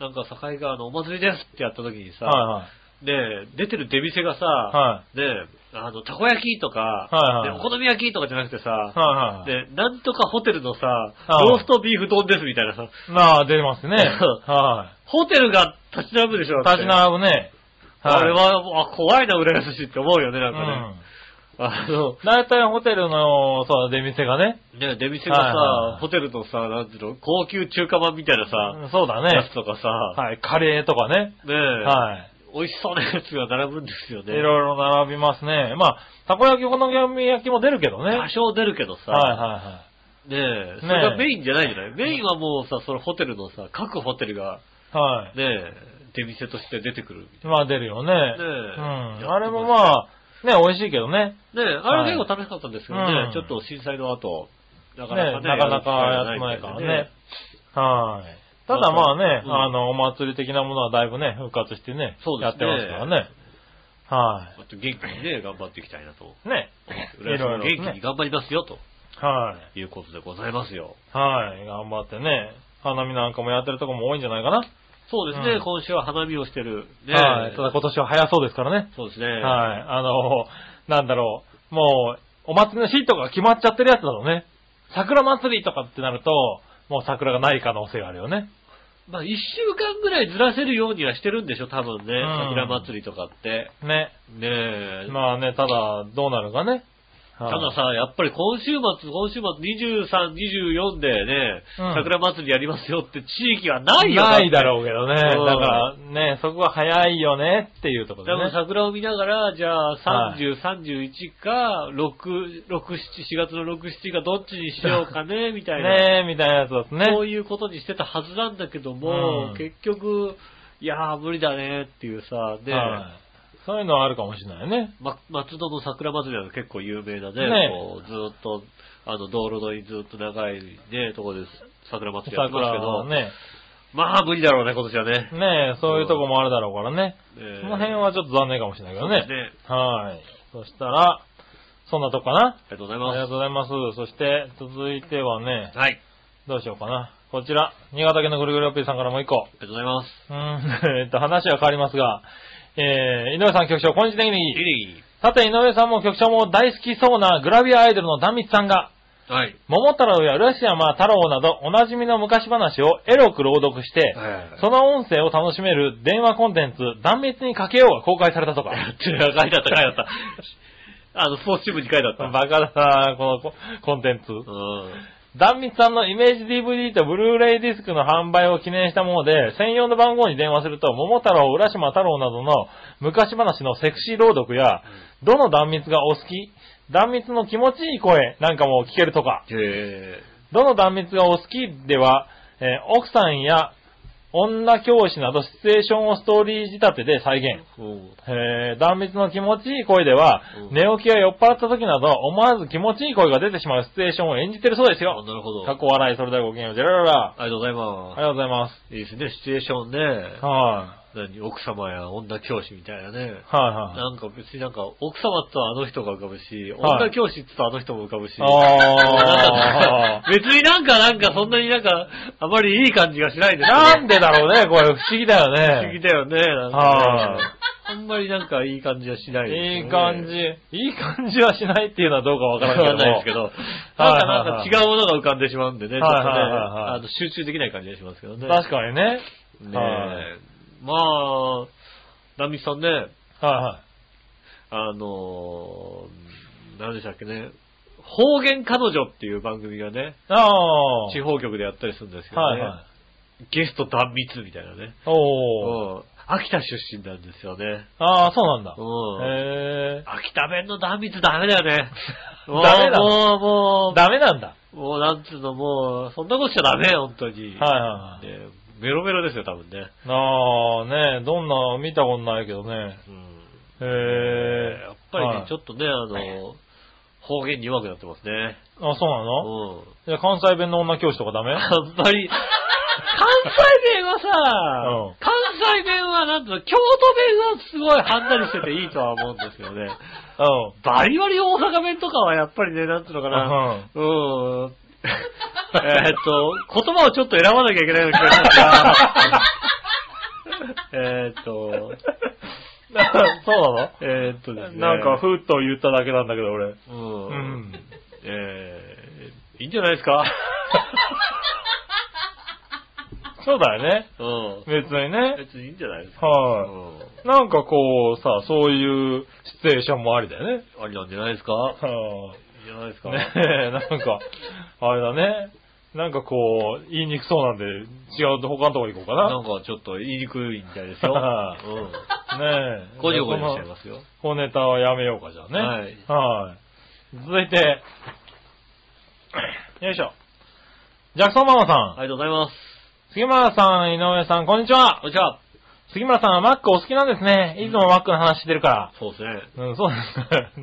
なんか境川のお祭りですってやった時にさ、はね出てる出店がさ、いはねあの、たこ焼きとか、はいはいねお好み焼きとかじゃなくてさ、い。はいはいはい。で、なんとかホテルのさ、うんローストビーフ丼ですみたいなさ、まあ出ますね。 はホテルが立ち並ぶでしょい。立ちぶ。並ぶね。あれは、あ、怖いな、浦安市って思うよね、なんかうねん。。あの、大体ホテルの、そう、出店がね。ね、出店がさ、はいはいはいホテルのさ、なんていうの、高級中華まんみたいなさ、うんそうだやねつ。とかさ、はい、カレーとかね。ねえ、はい。美味しそうなやつが並ぶんですよいね。ろいろ並びますね。まあ、たこ焼き、お好み焼きも出るけどね。は多い少出るけどさ、はいはねえ、それがメインじゃないじゃないメインはもうさ、そのホテルのさ、各ホテルが、い。はい。ねえ、出店として出てくる。ねまあ出るよね。え。うん。あれもまあ、ね、美味しいけどね。ねえ、あれ結構楽しかったんですけどね、うんちょっと震災の後、なかなかね、ねなかなかやってないからね。。はい。ただまあね、うんあの、お祭り的なものはだいぶね、復活してね、そうでやすっねてますからね。はあと元気にね、頑張っていきたいなと思い。ね。って。いろいろね元気に頑張りますよ、とはいうことでございますよ。い。はい。頑張ってね。花見なんかもやってるとこも多いんじゃないかな。そうですね、うん今週は花見をしてる。ねはい。ただ今年は早そうですからね。そうですね。はい。あの、なんだろう。もう、お祭りのシートが決まっちゃってるやつだろうね。桜祭りとかってなると、もう桜がない可能性があるよね。まあ、一週間ぐらいずらせるようにはしてるんでしょ、多分ね。ん桜祭りとかって。ね。ねえ。まあね、ただ、どうなるかね。たはいださ、やっぱり今週末、今週末23、24でね、うん桜祭りやりますよって地域はないよないだろろうけどね。うんだからね、そこは早いよねっていうとこ多ろで分ね。桜を見ながら、じゃあはい30、31か、6、6、7、4月の6、7かどっちにしようか ね、みたいな。ねみたいなやつですね。そういうことにしてたはずなんだけども、うん結局、いやー無理だねっていうさ、ね、はいそういうのはあるかもしれないね。ま、松戸の桜祭りは結構有名だね。ねこうずーっと、あの、道路沿いずーっと長いね、とこです桜祭りやってますけ桜ど、はね。まあ無理だろうね、今年はね。ねそういうとこもあるだろうからね。そその辺はちょっと残念かもしれないけどそうですねね。はい。そしたら、そんなとこかな。ありがとうございありがとまうございます。そして、続いてはねす。、はい。ありどうしようかな。こちら、新潟県のぐるぐるおっぴーさんからもう一個。がとうございます。うーん、え っと、話は変わりますが、えー、井上さん局長、こんにちは、ネギネギイリギさて、井上さんも局長も大好きそうなグラビアアイドルのダミツさんが、はい。桃太郎や浦島太郎などおなじみの昔話をエロく朗読して、その音声を楽しめる電話コンテンツ、断密にかけようが公開されたとか。 書いてあった、書いてあった。あの、スポーツチームに書いてあった。 バカだなこのココンテンツ。うん。断密さんのイメージ DVD とブルーレイディスクの販売を記念したもので、専用の番号に電話すると、桃太郎、浦島太郎などの昔話のセクシー朗読や、どの断密がお好き断密の気持ちいい声なんかも聞けるとか。へどの断密がお好きでは、えー奥さんや女教師などシチュエーションをストーリー仕立てで再現。ぇー。うんえー断密の気持ちいい声では、うん寝起きや酔っ払った時など、思わず気持ちいい声が出てしまうシチュエーションを演じてるそうですあよ。なるほど。過去笑い、それではごきげんよう、ジェラララ。ありがとうございあま。りがとうございますいいですね、シチュエーションね。す。は何奥様や女教師みたいなね。い。はいはい。なんか別になんか、奥様って言ったらあの人が浮かぶし、はい女教師って言ったらあの人も浮かぶし。あ ー別になんかなんかそんなになんか、あまりいい感じがしないですね。なんでだろうね、これ不思議だよ不思議ね。だよね。なんかねはいあんまりなんかいい感じはしないですよねいい感じ。いい感じはしないっていうのはどうかわわかかららないんですけけど。ど。はいなんかなんか違うものが浮かんでしまうんでね、ちょっとね、はいはいはいはいあの集中できない感じがしますけどね。確かにね。にねはいえ。まあ、ナミさんね、はいはい。あのー、何でしたっけね、方言彼女っていう番組がね、ああ。地方局でやったりするんですけどはいね、はい。ゲスト断密みたいなね。おお。うん秋田出身なんですよね。ああ、そうなんだ。うんへえ。秋田弁の断密ダメだよ ね。もうダメだもう、もダメなんだ。う、もう、なんつうの、もう、そんなことしちゃダメ、本当に。はいはいはい。ねメロメロですよ、多分ね。ああ、ねどんな、見たことないけどね。うん。へええ。やっぱりね、はいちょっとね、あの、方言に弱くなってますね。あ、そうなうのん。いや、関西弁の女教師とかダメあんまり、関西弁はさ、うん関西弁はなんと、京都弁はすごいはんなりしてていいとは思うんですけどね。うん。バリバリ大阪弁とかはやっぱりね、なんていうのかな。うん。えーっと、言葉をちょっと選ばなきゃいけないような気がしますがえーっと、そうなえーっとですね。 なんか、ふっと言っただけなんだけど、俺。ううんん。。えー、いいんじゃないです かそうだよね。うん。別にね。 別にいいんじゃないですか。うはん。い。なんかこう、さ、そういうシチュエーションもありだよね。ありなんじゃないですかはいいんじゃないですか ねえ、なんか、あれだね。なんかこう、言いにくそうなんで、違うと他のとこ行こうかなんな。かちょっと言いにくいみたいです よ。はうねん。え。ごじょごじょしちゃいこのますよ。小ネタはやめようか、じゃあね。はいはい。続いて、よいしょ。ジャクソンママさん、ありがとうございます。杉村さん、井上さん、こんにちは。こんにちは。杉村さんはマックお好きなんですね。いつもマックの話してるから。そうですね。うん、そうです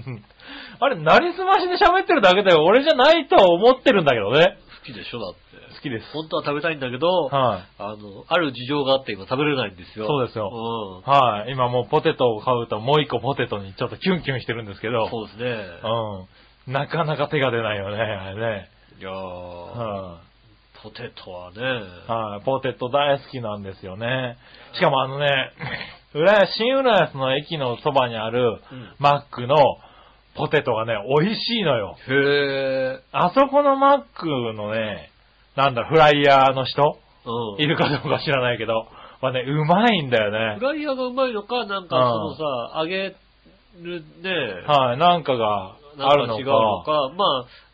ね。 あれ、なりすましで喋ってるだけで俺じゃないとは思ってるんだけどね。好きでしょだって。好きです。本当は食べたいんだけど、はい。あの、ある事情があって今食べれないんですよ。そうですよ。はい。今もうポテトを買うともう一個ポテトにちょっとキュンキュンしてるんですけうどん。。そうですね。うん。なかなか手が出ないよね、あれね。いやー、はポテトはね、い、はい、ポテト大好きなんですよね。しかもあのね、浦安、新浦安の駅のそばにあるうんマックのポテトがね、美味しいのよ。へあそこのマックのね、なんだろ、フライヤーの人ー。うん。いるかどうか知らないけど、はね、うまいんだよフね。ライヤーがうまいのか、なんかうんそのさ、揚げるね、はい、なんかがあなるんのか違うか。のか、ま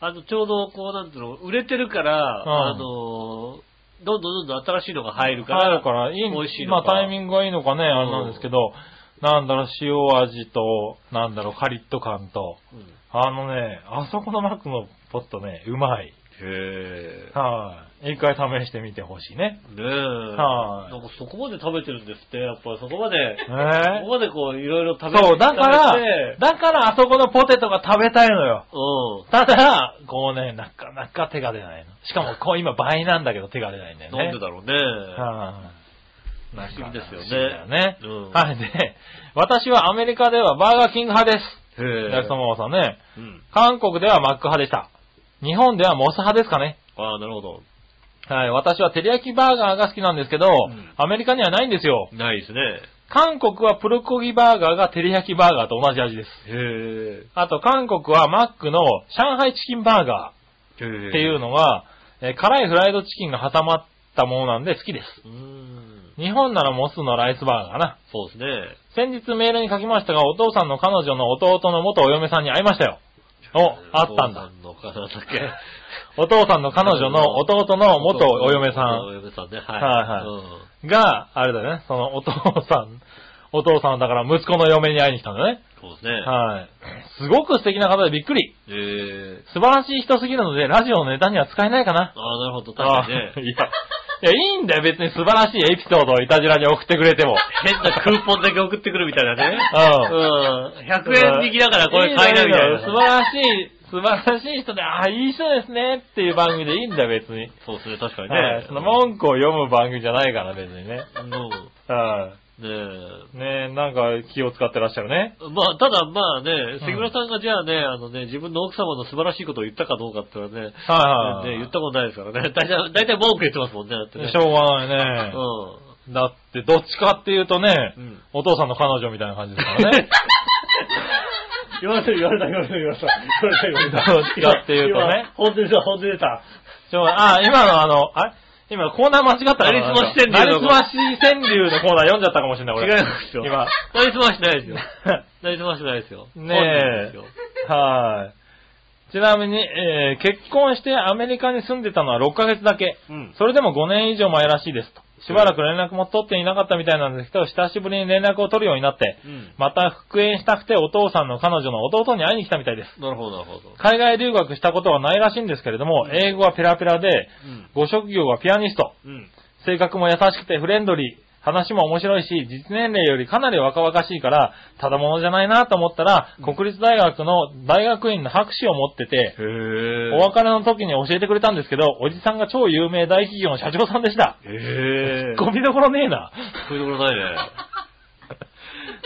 あ、あの、ちょうどこう、なんていうの、売れてるから、うんあの、どんどんどんどん新しいのが入るから、入るから、いい、美味しいまのあか。タイミングがいいのかね、あれなんですけど、なんだろう、塩味と、なんだろう、カリッと感と、うんあのね、あそこのマックのポットね、うまい。へー。はい。一回試してみてほしいね。ねえ。はいなんかそこまで食べてるんですって、やっぱりそこまで、ねそこまでこう、いろいろ食べてそう、だか食べらて、だからあそこのポテトが食べたいのよ。うん。ただ、こうね、なかなか手が出ないの。しかも、こう今倍なんだけど手が出ないんだよね。なんでだろうね。はい、不思議ですよね不思議だよね。うんはい。で、私はアメリカではバーガーキング派です。へダイソンママさんね。うん。韓国ではマック派でした。日本ではモス派ですかね。ああ、なるほど。はい。私は照り焼きバーガーが好きなんですけど、んアメリカにはないんですよ。ないですね。韓国はプルコギバーガーが照り焼きバーガーと同じ味です。へあと、韓国はマックの上海チキンバーガえ。へーえ。っていうのが、えー辛いフライドチキンが挟まったものなんで好きです。うーん。日本ならモスのライスバーガーかな。そうですね。先日メールに書きましたが、お父さんの彼女の弟の元お嫁さんに会いましたよ。お、あったんお父さんだ。のかなんだっけ。お父さんの彼女の弟の 元お嫁さおん嫁さんね。はい。はいはいが、あれだよね、そのお父さん、お父さんだから息子の嫁に会いに来たんだね。うん。そうですね。はい。すごく素敵な方でびっくり。へえ。素晴らしい人すぎるので、ラジオのネタには使えないかな。ああ、なるほど。確かにねあ。いや、いや、いいんだよ、別に素晴らしいエピソードをいたじらに送ってくれても。変なクーポンだけ送ってくるみたいなね。うん。うん。100円引きだからこれ買えないみたいな。素晴らしい、素晴らしい人で、ああ、いい人ですねっていう番組でいいんだよ、別に。そうですね、確かにはねい。その文句を読む番組じゃないから、別にね。うはん。ねえ。い。ねえ、なんか気を使ってらっしゃるね。まあ、ただまあね、うん杉村さんがじゃあね、あのね、自分の奥様の素晴らしいことを言ったかどうかってのはね、はいはいね言ったことないですからね。大体、大体文句言ってますもんね、だってね。しょうがないね。だって、どっちかっていうとね、うん。うん。お父さんの彼女みたいな感じです からね。言われた、言われた、言われた、言われた。言われた、言われた。どっちかっていうとね今。本当にた、本当に出た。しょうがああ、今のあの、あれ今コーナー間違ったかななりすまし川柳のなりすまし川柳のコーナー読んじゃったかもしれない、違俺。いますよ。今。なりすましないですよ。なりすましないですよ。ねえ はい。ちなみに、えー結婚してアメリカに住んでたのは6ヶ月だけ。本人ですよ。それでも5年以上前らしいですと。しばらく連絡も取っていなかったみたいなんですけど、久しぶりに連絡を取るようになって、うん。また復縁したくてお父さんの彼女の弟に会いに来たみたいです。うん。なるほど、なるほど。海外留学したことはないらしいんですけれども、英語はペラペラで、うん。ご職業はピアニスト、うん。性格も優しくてフレンドリー、話も面白いし、実年齢よりかなり若々しいから、ただものじゃないなと思ったら、国立大学の大学院の博士を持ってて、へえ。お別れの時に教えてくれたんですけど、おじさんが超有名大企業の社長さんでした。へえ。ゴミどころねえな。そういうところないね。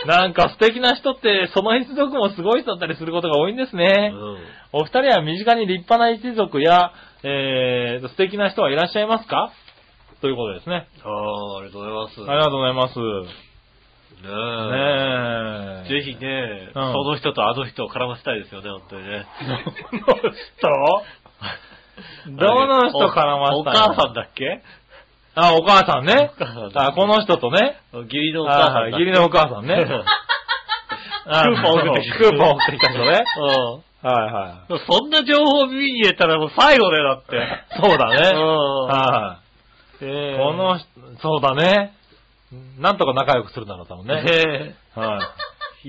なんか素敵な人って、その一族もすごい人だったりすることが多いんですうね。ん。お二人は身近に立派な一族や、えー、素敵な人はいらっしゃいますかということですね。ああ、ありがとうございます。ありがとうございます。ねえ。ねえ。ぜひね、うんその人とあの人を絡ませたいですよね、本当にね。どの人絡ませたいおお母さんだっけあ、お母さんねお母さん。あ、この人とね。義理のお母さんだあっけ。義理のお母 さんね。あクーポン送ってきたクーポン送ってきた人ね。はいはうん。そんな情報見に入れたらもう最後だよ、だって。い。そうだね。うんはい、えこの人、そうだね。なんとか仲良くするんだろう、多 分ね。ねえ。はい。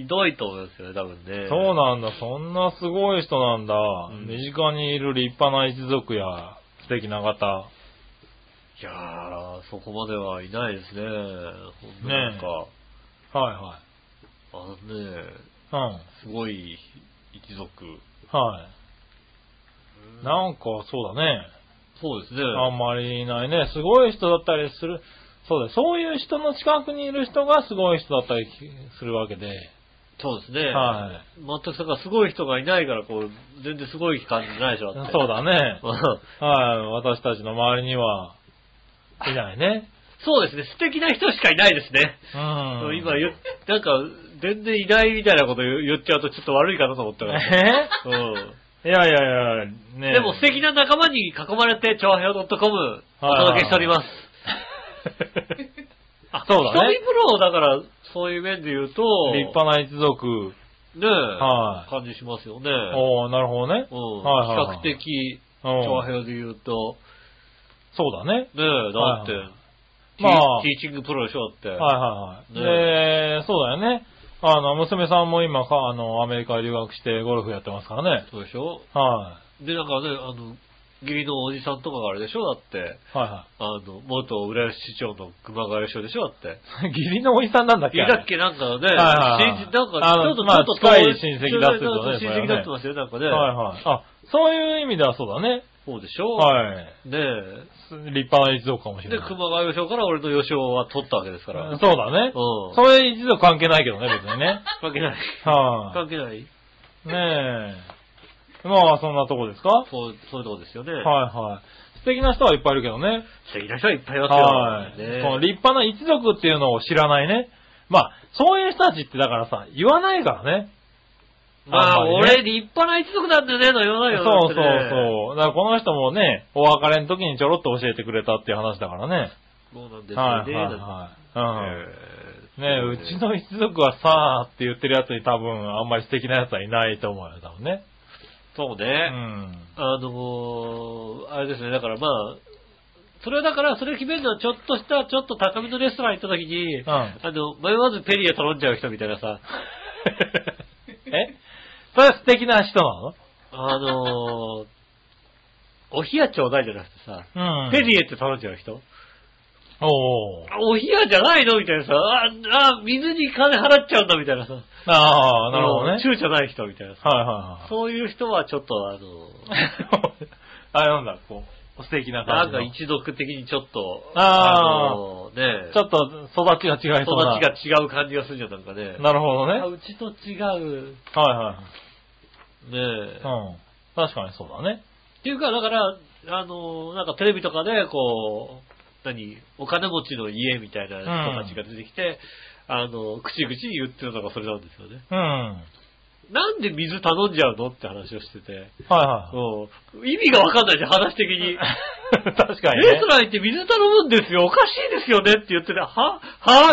ひどいと思いますよね、多分ね。そうなんだ、そんなすごい人なんだ。ん身近にいる立派な一族や素敵な方。いやー、そこまではいないですね。えなんか、はあのね、いはい。すごい一族。うん。はい。なんかそうだね。そうですね。あんまりいないね。すごい人だったりする。そうだよ、そういう人の近くにいる人がすごい人だったりするわけで。そうですね。は全くだからすごい人がいないから、こう、全然すごい感じないでしょ。ってそう。だね。うんはい、私たちの周りには、いないね。そうですね。素敵な人しかいないですね。うん。今言っ、なんか、全然いないみたいなこと言う言っちゃうとちょっと悪いかなと思った から。えうんいやいやいや、ねでも素敵な仲間に囲まれて、長編 .com お届けしております。 あそうだね一人プロだから、そういう面で言うと、立派な一族。ねえ、はい感じしますよね。おーなるほどね。うんはいはいはい比較的、うん長編で言うと、そうだね。ねえ、だって、はいはいティまあティーチングプロでしょだって。はいはいねはい。で、そうだよね。あの、娘さんも今か、あの、アメリカへ留学してゴルフやってますからね。そうでしょはで、なんかね、あの、義理のおじさんとかがあれでしょだって、い。はあの、元浦安市長の熊谷署でしょだって。い はい。義理のおじさんなんだっいけやだっけなんかね、はいはいはい親戚なんか、あのちょっと、まあちょっと近い親戚だってことね親戚だってますよ、なんかね。はいはい。あ、そういう意味ではそうだね。そうでしょはい。ねえ。立派な一族かもしでれ、ない。熊谷賞から俺の予想は取ったわけですから。そうだね。うんそれ一族関係ないけどね、別にね。関係ない。は関係ないい。ねえ。まあ、そんなとこですかはそう、そういうとこですよね。いはい。素敵な人はいっぱいいるけどね。素敵な人はいっぱいいますよ。はい。ねその立派な一族っていうのを知らないね。まあ、そういう人たちってだからさ、言わないからね。まあ、んりね俺立派な一族なんだよね、とは言わないそようだっそうてねそう。だからこの人もね、お別れの時にちょろっと教えてくれたっていう話だからね。そうなんですよはいね。はいはい。うん。えーねうちの一族はさーって言ってるやつに多分あんまり素敵なやつはいないと思うよ、多分ね。そううね。ん。あのー、あれですね、だからまあ、それはだから、それ決めるのはちょっとした、ちょっと高めのレストラン行った時に、んあの、迷わずペリエ頼んじゃう人みたいなさ、えそれは素敵な人なあのー、お冷やちょうだいじゃなくてさ、のうん。ペリエって頼んじゃう人おー。あお冷やじゃないのみたいなさ、あ、あ、水に金払っちゃうんだみたいなさ、ああ、なるほどね。躊躇ない人みたいなさ、はいはいそういう人はちょっと あの、はい。 あれなんだ、こう、素敵ななん感じの。か一族的にちょっと、あーのね、ちょっと育ちが違いそうな。育ちが違う感じがするじゃん、なんかね。なるほどね。あはいうちと違う。はねえい。。うん。確かにそうだね。っていうか、だから、あの、なんかテレビとかで、こう、何、お金持ちの家みたいな人たちが出てきて、あの、口々に言ってるのがそれなんですよね。うん。はなんで水頼んじゃうのって話をしてて。いはうん意味がわかんないじゃん、話的に。い。 確かにレねスト。ラン行って水頼むんですよ、おかしいですよねって言ってて、はは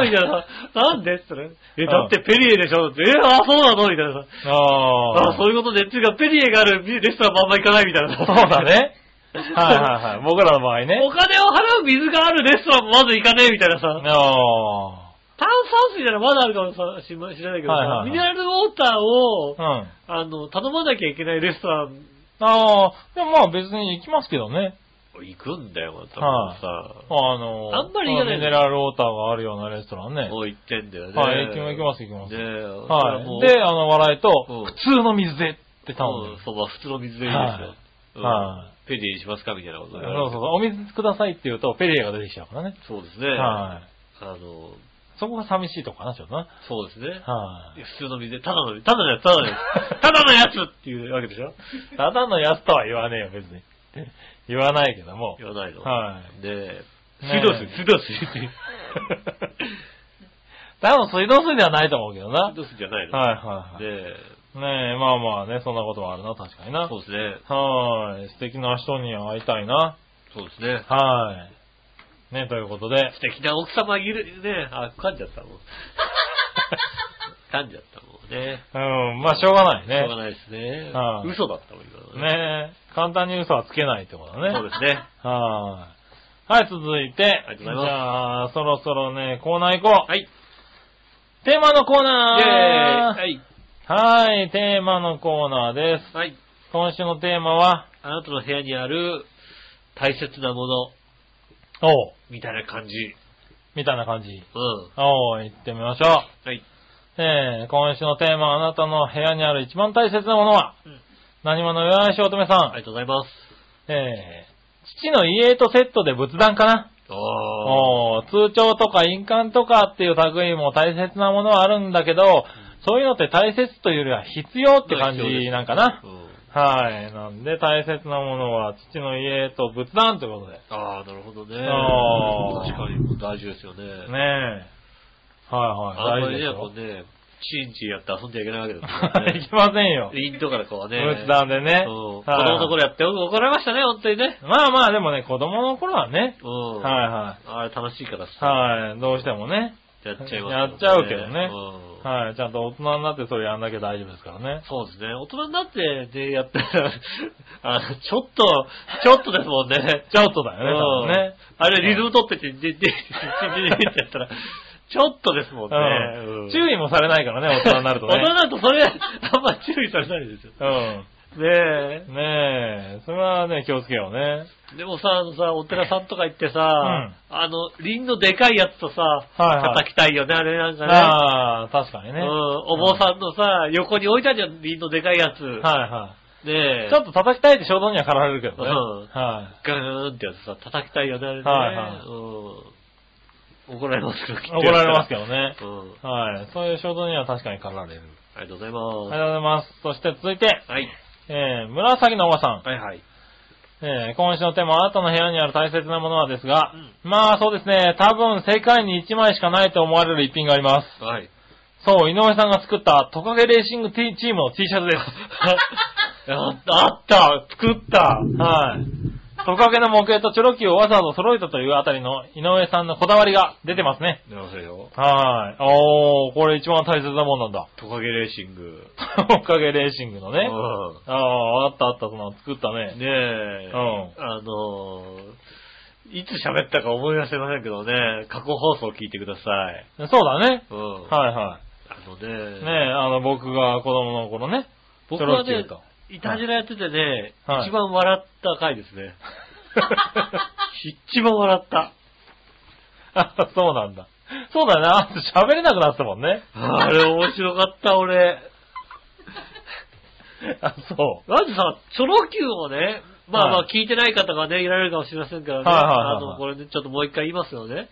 みたいな。なんでって言ったらえ、だってペリエでしょって、え、あ、そうなのみたいなさ。あああ。そういうことね。っていうか、ペリエがあるレストランもあんま行かないみたいな。そうだ。ね。はいは いはい。僕らの場合おね。金を払う水があるレストランもまず行かねえみたいなさ。あ炭酸水ならまだあるかもさしま知らないけどさ、はいはいはいミネラルウォーターを、あ。うん。あの、頼まなきゃいけないレストランああ、でもまあ別に行きますけどね。行くんだよ、また。はいさ、あの、あんまり行かないミネラルウォーターがあるようなレストランね。もう行ってんだよね。はい行きます行きます行きますねえもはうい。で、あの、笑いとうん、普通の水でって頼うんんで。そう、まあ普通の水でいいですよ。はいうんはペリエにしますかみたいなことそでうそうそう。お水くださいって言うと、ペリエが出てきちゃうからね。そうですね。はい。あの、そこが寂しいとこかな、ちょっとな。そうですね。はい。普通の水で、ただの、ただのやつ、ただのやつ、ただのやつっていうわけでしょただの安とは言わねえよ、別に。言わないけども。言わないの。。はいで、ねえ水道水、水道 水っていう。多分水道水ではないと思うけどな。は水い道水じゃないの。はいはい。で、ねえ、まあまあね、そんなことはあるな、確かにな。そうですね。はーい。素敵な人に会いたいな。そうですね。はーい。ね、ということで。素敵な奥様いるね。あ、噛んじゃ ったもん。噛んじゃったもんね。うん、まあしょうがないしょうがね。ないですねは。い嘘だったもん、今のね。ねえ、簡単に嘘はつけないってことだね。そうですね。はーい。はい、続いて。りがとうございますじゃあ、そろそろね、コーナー行こう。はい。イェテーマのコーーナーイはい。はーい、テーマのコーナーです。はい。今週のテーマは、あなたの部屋にある大切なもの。おう。みたいな感じ。みたいな感じ。うん。おう、行ってみましょう。はい。えー、今週のテーマ、あなたの部屋にある一番大切なものは、うん何者よしおとめさん。ありがとうございます。えー、父の家とセットで仏壇かな。ああ。おー通帳とか印鑑とかっていう類も大切なものはあるんだけど、そういうのって大切というよりは必要って感じなんかな。うんはい。なんで大切なものは父の家と仏壇ってことで。ああ、なるほどね。あー確かに、大事ですよね。ねえ。はあいんはまい。大り事ですね、よこうね、チンチンやって遊んじゃいけないわけですから はいいね。きませんよ。インドからこうね。仏壇でね。うん子はい供の頃やって怒られましたね、本当にね。まあまあ、でもね、子供の頃はね。うん。はいはあれ楽しいからい。さ。はい、どうしてもね。やっちゃいますよねやっちゃうけどねうんはい、ちゃんと大人になってそれやんなきゃ大丈夫ですからね。そうですね。大人になって、で、やったら、 あの、ちょっと、ちょっとですもんね。ちょっとだうよんね、多分ね。あれ、リズム取ってて、で、で、で、で、で、ってやった ら、ちょっとですもんね。うん意注意もされないからね、大人になるとね。大人だとそれ、あんま注意されないですよ。ねうん。ねえ、それはね、気をつけようね。え。でもさ、あのさ、お寺さんとか行ってさ、んあの、輪のでかいやつとさ、はい叩きたいよね、あれなんかね。ああ、確かにね。うんは、お坊さんのさ、横に置いたじゃん、輪のでかいやつ。いはねえ。い。ちょっと叩きたいって衝動には駆られるけどね。うんはガーンってやつさ、叩きたいよね、あれね。はいはいうん。怒られますけど、い。怒られますけどね。ど。うん。はい。そういう衝動には確かに駆られる。ありがとうございありまがとうございます。そして続いて、す。はい。えー、紫のおばさん。はいはい。えー今週のテーマはあなたの部屋にある大切なものはですが、うまあそうですね、多分世界に1枚しかないと思われる一品があります。はい。そう、井上さんが作ったトカゲレーシング T チームの T シャ ツです。あった、作った。はい。トカゲの模型とチョロキーをわざわざ揃えたというあたりの井上さんのこだわりが出てますね。なるほどよ。はい。おー、これ一番大切なものなんトカゲレーシング。だ。 トカゲレーシングのねね。あー、あったあった、その作ったね。ねえ。うんあのー、いつ喋ったか思い出せませんけどね、過去放送聞いてください。そうだね。うん。はいはい。あのね、ねえ、あの、僕が子供の頃ね。僕はちょろっねと、いたじらやっててね、はい一番笑った回です ね。一番笑った。あ そうなんだ。そうだよね。あ喋れなくなってたもんね。あれ面白かった、俺。あ、そまずさ、チョロ Q をね、まあまはあ聞いてない方がね、いられるかもしれませんからね。はいはいはいはいあの、これね、ちょっともう一回言いますよね。う。う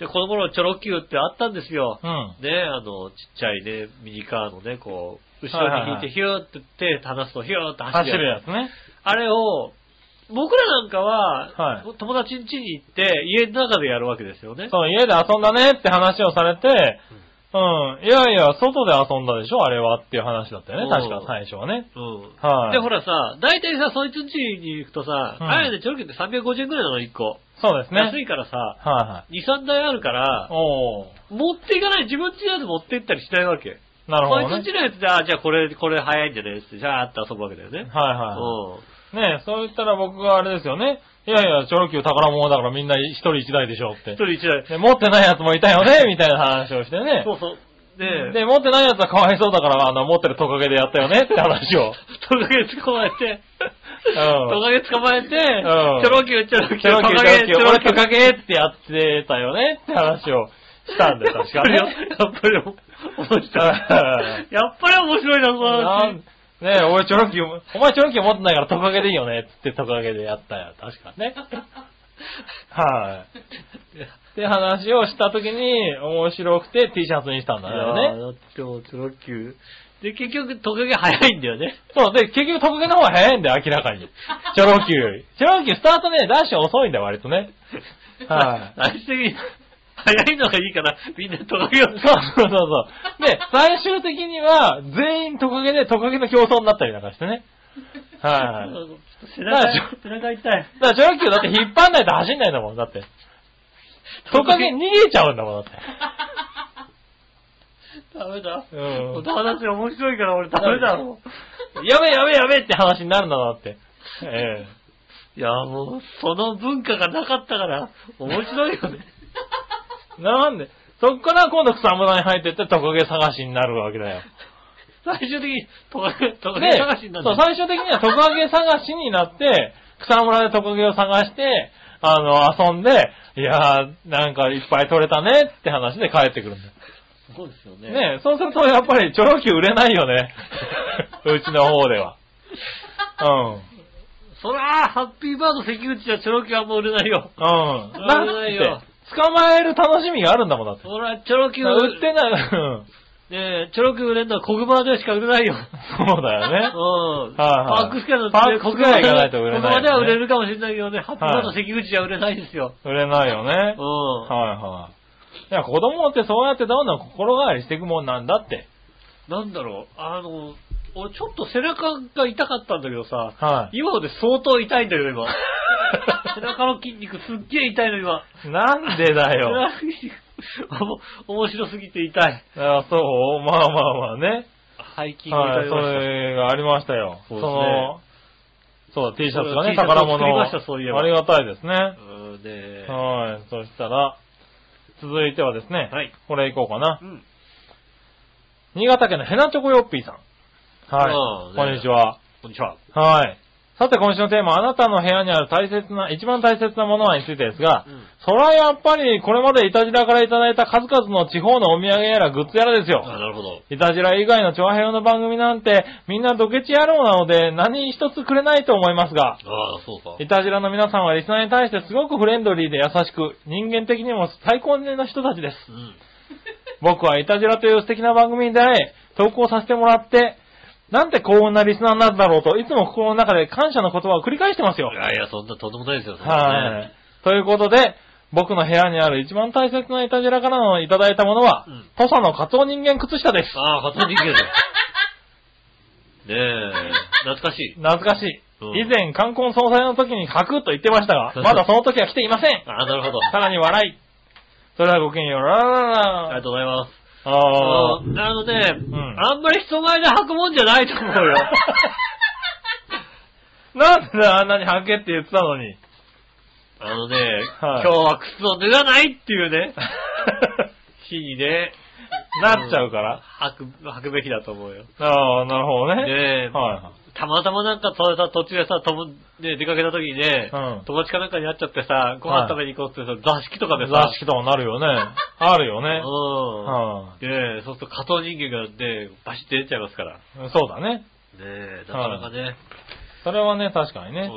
で、この頃チョロ Q ってあったんですよ。ん。うん。ね、あの、ちっちゃいね、ミニカーのね、こう、後ろに引いはいはいはていヒューって手離すとヒューって走走るるやつ。やつね。あれを、僕らなんかは、はい友達ん家に行って、家の中でやるわけですよね。そう、家で遊んだねって話をされて、うん。いやいや、外で遊んだでしょあれはっていう話だったよね。確うんか最初はね。うん。はいで、ほらさ、大体さ、そいつん家に行くとさ、うんあれね、チョロ Q って350円くらいなの、1個。そうですね。は安いいからさ、は2、3台あるからい。、おー。持っていかない、自分ちのやつ持って行ったりしないわけ。なるほどそいつねん。ちのやつで、あ、じゃあこれ、これ早いんじゃないって、じゃあって遊ぶわけだよね。はいうんは。い。ねえ、そう言ったら僕があれですよね。いやいや、チョロキュー宝物だからみんな一人一台でしょって一。人一台。で、持ってないやつもいたよね、みたいな話をしてね。そうそう。で、で、持ってないやつはかわいそうだから、あの、持ってるトカゲでやったよねって話を。トカゲ捕まえて、トカゲ捕まえて、チんョロキュー、チョロキュー、チョロキュー、チョロキュー、俺トチョロカゲってやってたよねって話をしたんで、確かキューね。やっぱり、やっぱり面白い。やっぱり面白いな、そのな話ん。 ねえ、俺チョロキュー、お前チョロキュー持ってないからトカゲでいいよねっつってトカゲでやったよ、確かね。はい。って話をした時に、面白くて T シャツにしたんだよね。だってもうチョロキュー。で、結局、トカゲ早いんだよね。そう、で、結局トカゲの方が早いんだよ、明らかに。チョロキューより。チョロキュースタートね、ダッシュ遅いんだよ、割とね。はい。最終的に、早いのがいいから、みんなトカゲをそうそうそうそう。で、最終的には、全員トカゲでトカゲの競争になったりなんかしてね。はい、はい。背中背中痛い。だから、チョロキューだって引っ張んないと走んないんだもん、だって。トカゲ逃げちゃうんだもん、だって。ダメだ。うこん。の話面白いから俺ダメだろ。やべえやべえやべえって話になるんだなって。えいや、もう、その文化がなかったから、面白いよ ね。えなんで、そっから今度草むらに入ってってトカゲ探しになるわけだよ。最終的に、トカゲ、トカゲで、探しになそう、る。最終的にはトカゲ探しになって、草むらでトカゲを探して、あの、遊んで、いやー、なんかいっぱい取れたねって話で帰ってくるんだよ。そうですよね。ねえそうするとやっぱりチョロ Q 売れないよ ね。うちの方では。うん。そら、ハッピーバード関口じゃチョロキはもう売れないよ。 うん。危だないっよて、捕まえる楽しみがあるんだもん、だって。そら、チョロキは売ってない、 うんねえ、チョロキ売れんのは黒板でしか売れないよ。そうだよね。うん。はいはいパークスカイのパークスカイがないと売れこないよねこまでは売れるかもしれないけどね、ハッピーバード関口じゃ売れないですよ。売れないよねう。ん。はいはい。いや、子供ってそうやってどんどん心変わりしていくもんなんだって。なんだろう、あの、俺ちょっと背中が痛かったんだけどさ、は今ので相当痛いんだよ、今。 背中の筋肉すっげえ痛いの、今。い。 なんでだ背 よ。中の筋肉おも 面白すぎて痛い。あそうまあまあまあね。背筋がは痛い、いそました。れがありましたよ。そうですのね、そうだ、T シャツがそうね、 T シャツを宝物作りましたそういえばありがたいですね。うんで、はい、そしたら、続いてはですね、はいこれいこうかなう。ん。新潟県のヘナチョコヨッピーさん。あはあい、ねこんにちは。こんにちは。はい。さて、今週のテーマ、あなたの部屋にある大切な、一番大切なものはについてですが、うんそれはやっぱり、これまでいたじらからいただいた数々の地方のお土産やらグッズやらですよ。あ、なるほど。いたじら以外の長編の番組なんて、みんなドケチ野郎なので、何一つくれないと思いますが、ああ、そうか。いたじらの皆さんはリスナーに対してすごくフレンドリーで優しく、人間的にも最高の人たちです。うん。僕はいたじらという素敵な番組に出会い、投稿させてもらって、なんて幸運なリスナーなんだろうと、いつも心の中で感謝の言葉を繰り返してますよ。いやいや、そんなとんでもないですよ。そんなはねい。ということで、僕の部屋にある一番大切ないたじらからのいただいたものは、うん土佐のカツオ人間靴下です。ああ、初人間だ。ねえ、懐かしい。懐かしい。うん以前、冠婚葬祭の時に書くと言ってました が、まだその時は来ていません。ああ、なるほど。さらに笑い。それではごきげんよう。ラララありラがとうございます。ああーのね、んあんまり人前で履くもんじゃないと思うよ。なんであんなに履けって言ってたのに。あのね、は今い日は靴を脱がないっていう ね、日にね、なっちゃうから。履く、履くべきだと思うよ。ああ、なるほどね。ねえ、はたまたまなんかそうさ、途中でさ、とも、ね、出かけた時にね、うん友達かなんかに会っちゃってさ、ご飯食べに行こうってさ、座敷とかいはでい。さ、座敷とかなるよね。あるよね。うん。はねえ、そうすると加藤人間がね、バシッて出ちゃいますから。ねいそうだね。え、なかなかね、それはね、確かにうね。ん。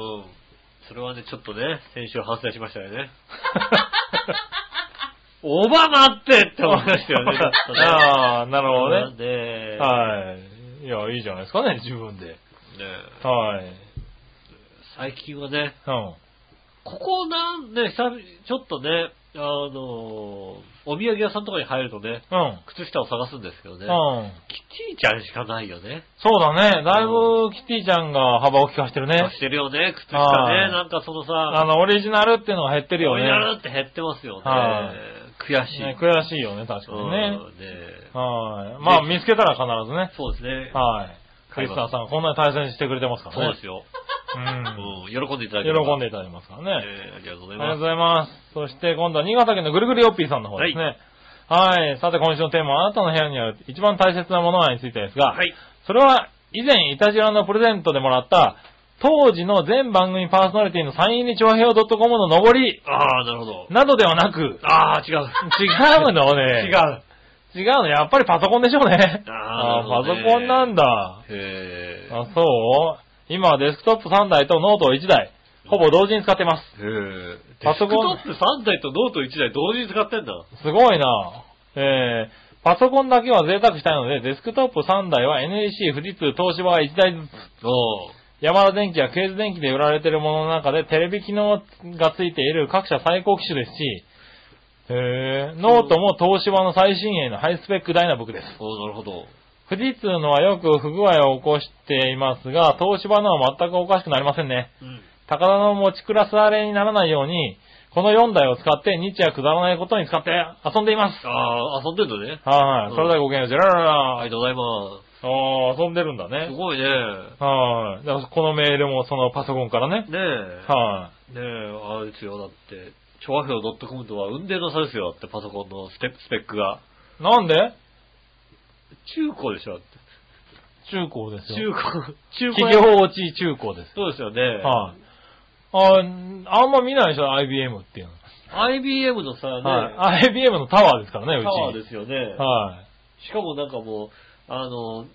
それはね、ちょっとね、先週反省しました よね。オバマってって思いましたよね、ちょっとね。 ああ、なるほどねね。え。はい。いや、いいじゃないですかね、自分で。ねえはい。最近はね、うん。ここなんで、久々ちょっとね、あのーお土産屋さんとかに入るとね、うん。靴下を探すんですけどね、うん。キティちゃんしかないよね。そうだね。だいぶキティちゃんが幅を利かしてるね。してるよね、靴下ね。はいなんかそのさ、あの、オリジナルっていうのが減ってるよオリジナルね。って減ってますよね。は悔しい。ね悔しいよね、確かうにんね。ねはい。まあ、見つけたら必ずね。そうですね。はい。ク買リいスますナーさん、こんなに対戦してくれてますかそうらねです。よ。うん。うん喜んでいただければ喜んでいただきますからね。えーありがとうござあいりまがとうすご。ざいます。そして今度は新潟県のぐるぐるよっぴーさんの方ですね。はい。さて今週のテーマはあなたの部屋にある一番大切なものはについてですが、はい。それは以前いたじらのプレゼントでもらった当時の全番組パーソナリティのサイン入り長平 .com の上りああ、なるほど。などではなく、ああ、違う。 違うの違ね。う。違うの、やっぱりパソコンでしょうね。あーーパソコンなんだ。へえ。あ、そう今はデスクトップ3台とノート1台、ほぼ同時に使ってます。へえ。パソコンデスクトップ3台とノート1台同時に使ってんだ。すごいなえー、パソコンだけは贅沢したいので、デスクトップ3台は NEC、富士通、東芝は1台ずつ。おう山田電機やケーズ電機で売られているものの中で、テレビ機能がついている各社最高機種ですし、えー、ノートも東芝の最新鋭のハイスペックダイナブックです。おうなるほど。富士通のはよく不具合を起こしていますが、東芝のは全くおかしくなりませんね。うん。高田の持ちクラスあれにならないように、この4台を使って日夜くだらないことに使って遊んでいます。ああ、遊んでんのね。はい、うんそれではごきげんよう。じゃららあらりがとうございまああ、遊んでるんだす。すね。ごいね。はい。だからこのメールもそのパソコンからね。ねえ。はねえ、あれですよ、だって、調和表 .com とは運転の差ですよ、だってパソコンのステップスペックが。い。なんで中古でしょ、だって。中古です中よ。古、中古企 屋。業落ち中古です。そうですよね。はい。ああんま見ないでしょ、IBM っていうの。 IBM のさ、ね、はい。IBM のタワーですからね、うち。タワーですよね。はい。しかもなんかもう、あの、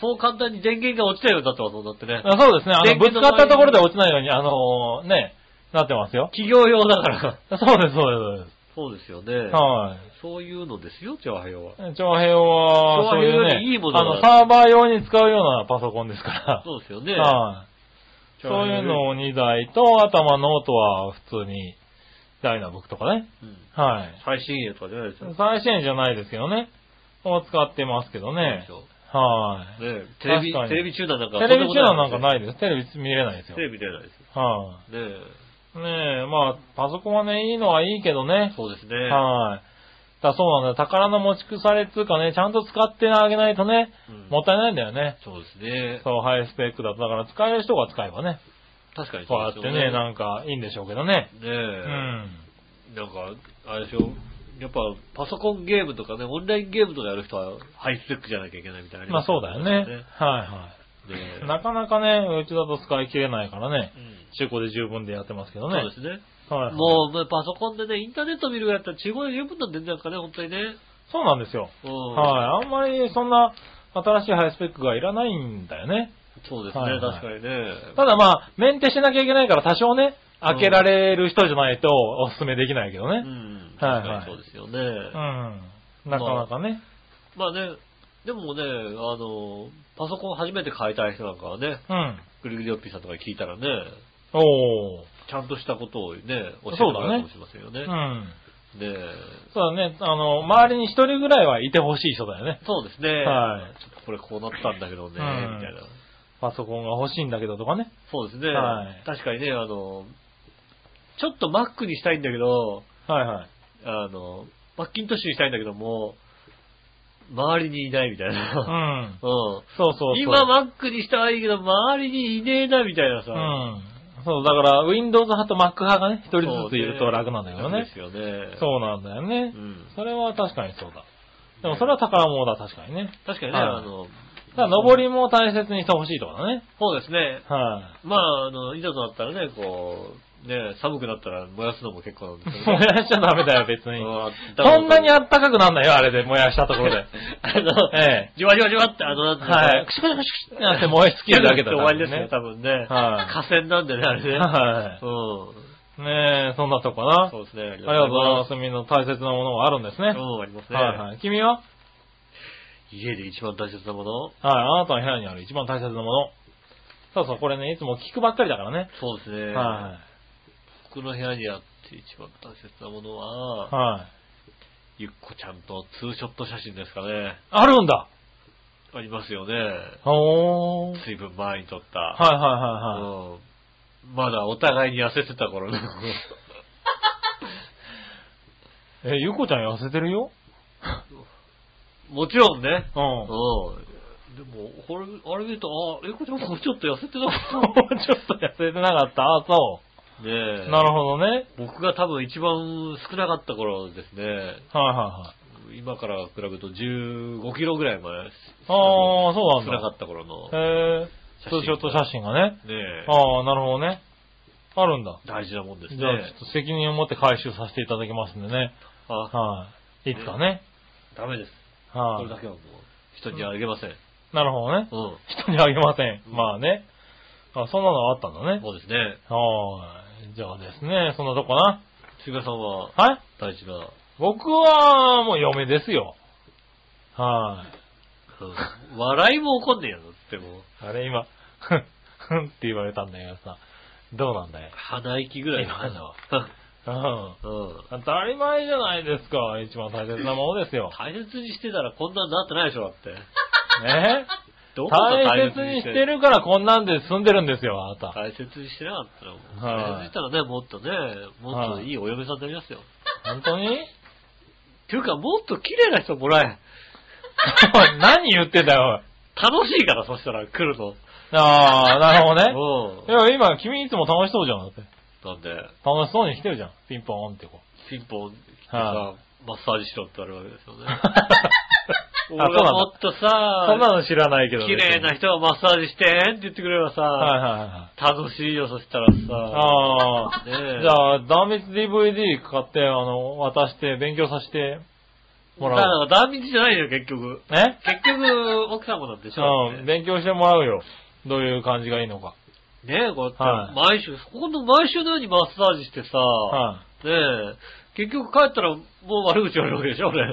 そう簡単に電源が落ちたようになってますもん、だってね。あそうですね。あの、電ぶ気つのかったところで落ちないように、あのーね、なってますよ。企業用だから。そうです、そうでそうですよす。ね。はそういうのですよ、チャワハヨは。い。長編は、長そう編いうよりね、いいものあだの、サーバー用に使うようなパソコンですから。そうですよね。はい。長そ編ういよりうのを2台と、あとはまあノートは普通に、ダイナブックとかね。うんはい。最新鋭とかじゃないですよ。最新じゃないですけどね。を使ってますけどね。そうはい。ですよねテレビ、確かにテレビ中断なんかテレビ中断なんかい。ないです。テレビ見れないですよテ。レビ出ないですはよ。ねい。ねえ、まあ、パソコンはね、いいのはいいけどね。そうですね。はい。だからそうなんだよ。宝の持ち腐れっつうかね、ちゃんと使ってあげないとね、うんもったいないんだよね。そうですね。そう、ハイスペックだと。だから使える人が使えばね。確かにこうそやうっでてすよね、なんかいいんでしょうけどね。ねえ、うん。なんか、あれでしょ、やっぱパソコンゲームとかね、オンラインゲームとかやる人はハイスペックじゃなきゃいけないみたいな。まあそうだよね。はねいえはい。なかなかね、うちだと使い切れないからね。うん中古で十分でやってますけどね。そうですね。はい。もう、まあパソコンでね、インターネット見るぐらいだったら中古で十分なんでんなんかね、本当にね。そうなんですよ。うん。はい。あんまりそんな新しいハイスペックがいらないんだよね。そうですね、はいはい確かにね。ただまあ、メンテしなきゃいけないから多少ね、開けられる人じゃないとおすすめできないけどうん。ね。はい確はいかにそうですよね。うん。なかなかね。まあね、でもね、あの、パソコン初めて買いたい人なんかはね、うん。グリグリオッピーさんとかに聞いたらね、おー。ちゃんとしたことをね、教えてもそうだねらえるかもしれませんよね。うん。ねそうだね。あの、周りに一人ぐらいはいてほしい人だよね。そうですね。はいちょっとこれこうなったんだけどね、みたうんいな。パソコンが欲しいんだけどとかね。そうですね。はい確かにね、あの、ちょっと Mac にしたいんだけど、はいはい。あの、マッキントッシュにしたいんだけども、周りにいないみたいうな。うん。ん。そうそうそう。今マックにしたはいいけど、周りにいねえなみたいなさ。うん。そう、だから、Windows 派と Mac 派がね、一人ずついると楽なんだけどねそ。うですよね。そうなんだよねう。ん。それは確かにそうだ。でもそれは宝物だ、確かにね。確かにね、はいあの、ただ、登りも大切にしてほしいとかだね。そうですね。はまあ、あの、いざとなったらね、こう、ね、寒くなったら燃やすのも結構なんですい。けど燃ね。やしちゃダメだよ、別に。うんそんなにあったかくなんないよ、あれで燃やしたところで。あの、ええ。じわじわじわって、あの、はいくしくしくしくしくしなんて燃え尽きるだけだ終わりですね、多多分ね。はい河川なんでね、あれね。はうん。い。ねえ、そんなとこかな。そうですね。あり。ありがとうございますす。みんな大切なものがあるんですね。はうん、ありますいね。はい。君ははい。家で一番大切なものあなたの部屋にある一番大切なもの。そうそう、これね、いつも聞くばっかりだからね。そうですね。。はい僕の部屋にあって一番大切なものい。は、はい。ゆっこちゃんとツーショット写真ですかね。あるんだありますよね。おー。随分前に撮った。はいはいはいはい。うん。まだお互いに痩せてた頃 の。え、ゆこちゃん痩せてるよもちろん ね。うん。うん。でも、これ、あれ見ると、あ、え、これもうちょっと痩せてなかも っうちょっと痩せてなかったあ、そた。ねう。え。なるほどね。はい僕が多分一番少なかった頃ですね。は今から比べると15キロぐらい前です。いはい。あー、そう少ななかんっだ。た頃の。ねへー。写真ツーショット写真がね。え。あー、なるほどね。あるんだ。大事なもんですじね。ゃあ、ちょっと責任を持って回収させていただきますんでね。あ、はい。いつかね。ダメです。こはれだけはもう、人にあげません。い。なるほどね。うん。人にあげません。うんまあね。あ、そんなのあったんだね。そうですね。はーい。じゃあですね、そんなとこか杉村さんはな。はい大事な、僕は、もう嫁ですよ。はうん笑いも起こんねえよ、だってもう。い。あれ、今、ふん、ふんって言われたんだけどさ、どうなんだよ。鼻息ぐらいの今のううん。ん。。当たり前じゃないですか。一番大切なものですよ 大切にしてたらこんなんなってないでしょ、だって。ねどこが大切にしてるるからこんなんで済んでるんですよ、あなた。大切にしてなかったらもう、はい大切にしたらね、もっとね、もっといいお嫁さんになりますよ。本当に っていうか、もっと綺麗な人もらえ。何言ってんだよ、楽しいから、そしたら来るの。おい。ああ、なるほ どね。ういや、今、君いつも楽しそうじゃん、だって。ん。なんで、楽しそうにしてるじゃん。ピ ンポーンってこう。ピンポン来てはさ、マッサージしろって言われるわけですよね。俺そうなんだはもっとさ、そんなの知らないけどね。綺麗な人がマッサージしてって言ってくれればさ、はいはいはい。楽しいよ、そしたらさ。ああ。ねえじゃあ、断密 DVD 買って、あの、渡して、勉強させてもだからう。ら、断蜜じゃないよ、結局。ね結局、奥様なんでしょ。うん、ね勉強してもらうよ。どういう感じがいいのか。ねえ、こうやって、はい毎週、今度毎週のようにマッサージしてさ、はねえ、結局帰ったらもう悪口言われるわけでしょ、俺。い。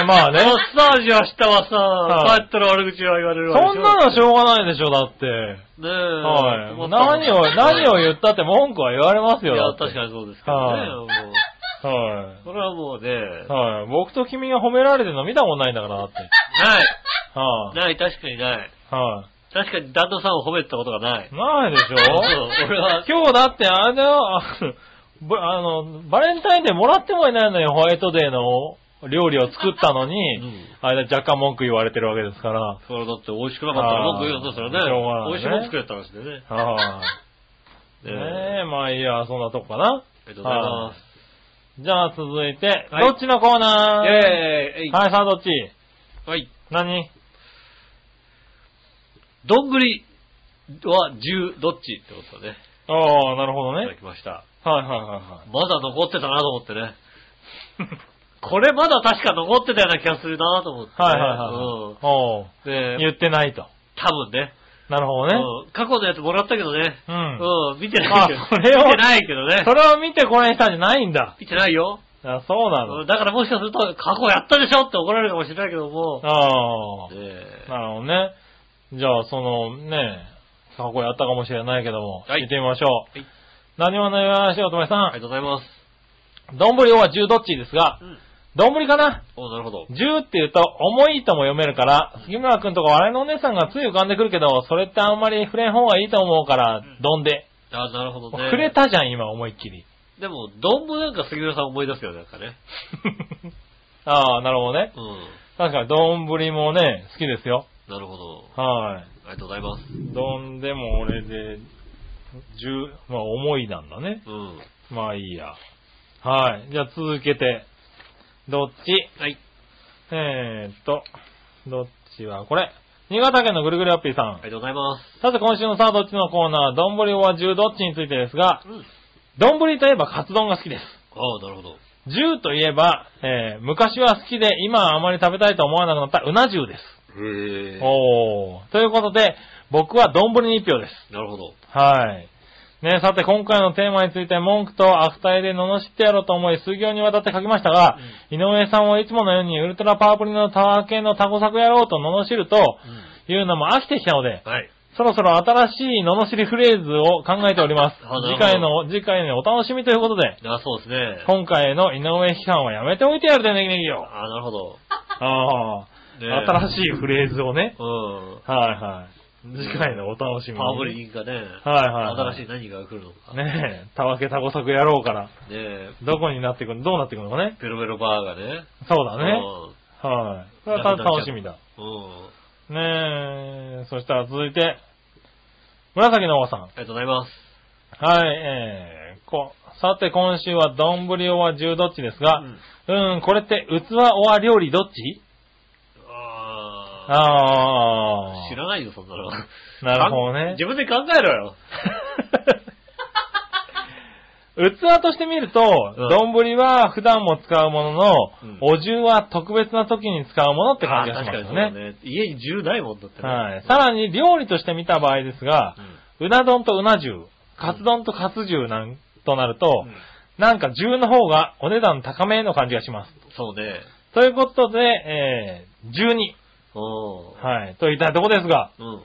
え、まあね。マッサージ明日はさ、はい帰ったら悪口は言われるわけでし そょ。んなのしょうがないでしょ、だって。ねえ。は困ったい。もん何を、何を言ったって文句は言われますいよ。やだ、って確かにそうですけどね。はもうはそれはもうね、い。はい。僕と君が褒められてるの見たことないんだから、だって。ない。はい、ない、確かにない。はい、確かに旦那さんを褒めてたことがない。ないでしょそう俺は今日だって、あれだよ、 あのぶあの、バレンタインデーもらってもいないのにホワイトデーの料理を作ったのに、うんあれだ、若干文句言われてるわけです から。はい、それだって美味しくなかったら文句言うよ、そしたしょうらがね。美ないね味しいもん作れた話でね。ねえ、まあいいや、そんなとこかな。ありがとうございます。じゃあ続いて、はいどっちのコーナーイェーイえいはい、さあどっちはい。何どんぐりは10、どっちってことだね。ああ、なるほどいたね。はだいきました。はいはまだ残ってたなと思ってね。 これまだ確か残ってたような気がするなと思って、ね。いはい。はいはいはい。うん。でおう、言ってないと。多分ね。なるほどね。うん過去のやつもらったけどね。う。うんん、見てないけどあ。それを見てないけどねそ。れを見てこれにしたんじゃないんだ。見てないよ。あそうなうのん。だからもしかすると、過去やったでしょって怒られるかもしれないけども。あねえあ。なるほどね。じゃあ、その、ねえ、過去やったかもしれないけども、はい見てみましょう。い何者よらしいおとめさありがとうございます。ん。どんぶりは10どっちですがう、ん。どんぶりかなおなるほど。 10って言うと、重いとも読めるから、杉村くんとか笑いのお姉さんがつい浮かんでくるけど、それってあんまり触れん方がいいと思うから、どんで。あなるほどね。触れたじゃん、今、思いっ きり。でも、どんもなんか杉村さん思い出すよね、なんかね。ああ、なるほどね。うん。確かに、どんぶりもね、好きですよ。なるほど。はい。ありがとうございます。どんでも俺で、十、まあ思いなんだね。うん。まあいいや。はい。じゃあ続けて、どっちはい。えーっと、どっちはこれ。新潟県のぐるぐるアッピーさんあり。がとうございます。さて今週のさあどっちのコーナー、どんぶりは十どっちについてですが、うん。どんぶりといえばカツ丼が好きです。ああ、なるほど。十といえば、えー昔は好きで今はあまり食べたいと思わなくなったうな重です。へえ。おー。ということで、僕はどんぶりに一票です。なるほど。はい。ねさて今回のテーマについて文句と悪態で罵ってやろうと思い、数行にわたって書きましたが、井上さんはいつものようにウルトラパープリのタワー系のタコ作やろうと罵るとうん。いうのも飽きてきたので、はい。そろそろ新しい罵りフレーズを考えております。あなるほど次回の、次回のお楽しみということで、あそうですね。今回の井上批判はやめておいてやるでねぎねぎよ。ああ、なるほど。ああ、ね新しいフレーズをね。うん。はいはい。次回のお楽しみに。パーブリンがね、はいはいはい新しい何が来るのか。ねえ、たわけたこさくやろうから、ねえ、どこになってくる、どうなってくるのかね。ベロベロバーがね。そうだね。うんはい。それはなたくなっちゃう楽しみだ。うん。ねえ、そしたら続いて、紫のおばさん。ありがとうございます。はい、えー、こ、さて今週は丼は十どっちですが、うんうん、これって器は料理どっちあああ。あ。知らないよ、そんなの。なるほどかんね自。分で考えろよ。 器として見ると、うん丼は普段も使うものの、うんお重は特別な時に使うものってあ感じがしますよー確かにそうだね。ね。家に銃ないもんだってね。はい。さらに料理として見た場合ですがう、んうな丼とうな重、カツ丼とカツ重なんとなると、なんか重の方がお値段高めの感じがします。そうね。ということで、えー、12。うはい。といったとこですが、ん。うん。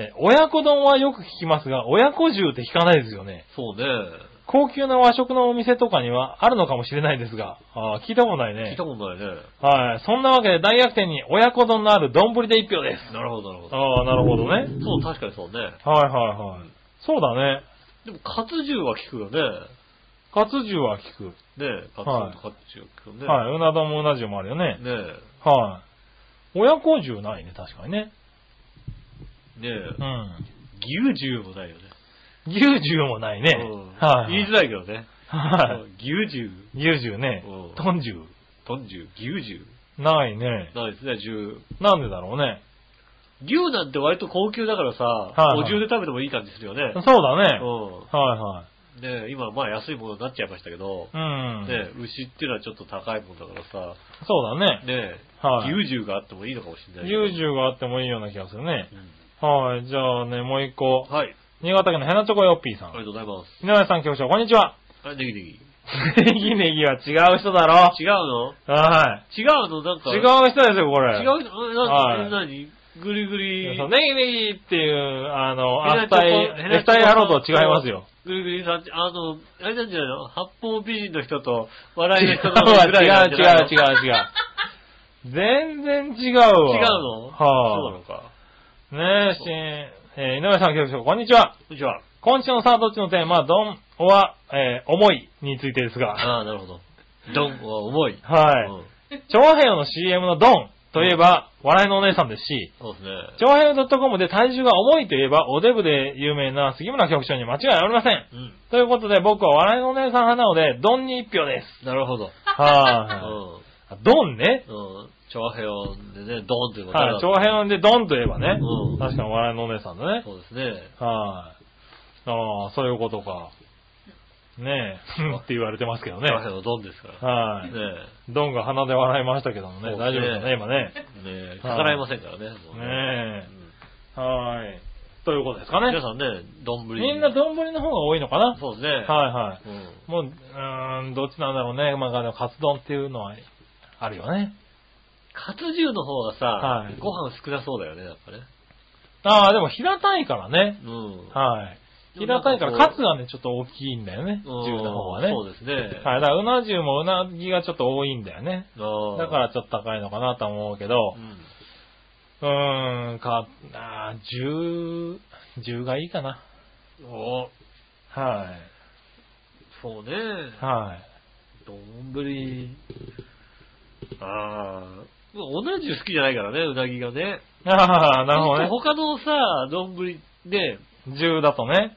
えー親子丼はよく聞きますが、親子重って聞かないですよね。そうね。高級な和食のお店とかにはあるのかもしれないですが、あー聞いたことない聞いねた。ことないね。はい。そんなわけで大逆転に親子丼のある丼で一票です。なるほど、なるほど。ああ、なるほどね。そう、確かにそうね。はいはいはい。そうだね。でも、カツ銃は効くよね。カツ重は聞く。ねえ、カツはいカツチュくんね。はい。うな丼もうな重もあるよね。ねはい。親子重ないね、確かにね。え、ねえう、ん。牛重もないよね。牛重もないねうん。はい。言いづらいけどね。はい。牛重、牛重ねうん。豚重。豚重、牛重。ないね。ないですね、銃。なんでだろうね。牛なんて割と高級だからさ、いはいお重で食べてもいい感じするよねそう。だね。うはいはい。ん。ねえ今、まあ安いものになっちゃいましたけど、うん。ねえ牛っていうのはちょっと高いもんだからさ、そうだね。ねはえ、い。牛重があってもいいのかもしれないけど。優柔があってもいいような気がするね。うはい。じゃあね、もう一個ん。。はい。新潟県のヘナチョコヨッピーさありがん。とうございます。井上さん、局長、こんにちは。はい、ネギネギ。違う ネギネギは違う人だろ。のは違うのなんい。か。違う人ですよ、これ。違そうのなはいなにぐりぐり。ネギネギっていう、あの、ヘあナっチョコたい、ヘナネチョコクタイ野郎とは違いますよ。ぐりぐりさん、あの、あれなんじゃないの八方美人の人と笑違いうの人違うのぐらいなんじゃないの 違う違う。全然違うわ。違うのそうなはのか。い。ねえ、しえー井上さん、局長、こんにちは。こんにちは。今週のさあ、どっちのテーマは、どん、おは、えー、思いについてですが、ああ、なるほど。ドンは重い。はいうん長平の CM のドンといえば、笑いのお姉さんですし、そうですね。長平 .com で体重が重いといえば、おデブで有名な杉村局長に間違いありません。うん。ということで、僕は笑いのお姉さん派なので、ドンに一票です。なるほど。うはん。い。ドンね。うん。長平音でね、ドンっていうことはい。長平でドンといえばねう。ん確かに笑いのお姉さんだね。そうですね。はい。ああ、そういうことか。ねえ、ふんって言われてますけどね。長平のドンですから。はねい。ドンが鼻で笑いましたけどもね、そう大ですね丈夫だね、今ね。え。ねえ。逆らえませんからね。もうねえうんはい。ということですか皆ね。さんね、丼。みんな丼の方が多いのかなそうですね。。はいはいうん。い。もう、うーん、どっちなんだろうね。まあ、あのカツ丼っていうのはあるよね。カツ重の方がさ、はいご飯少なそうだよね、やっぱね。ああ、でも平たいからね。うん。はい。平たいから、カツがね、ちょっと大きいんだよね。重うんの方はね。そうですね。はい。だから、うな重もうなぎがちょっと多いんだよね。だだから、ちょっと高いのかなとは思うけどう、ん。うーん、か、あー10、10がいいかな。おはそうね。い。はい。丼。ああ。同じ好きじゃないからね、うなぎがね。ああ、なるほどね。他のさ、丼で、 10だとね。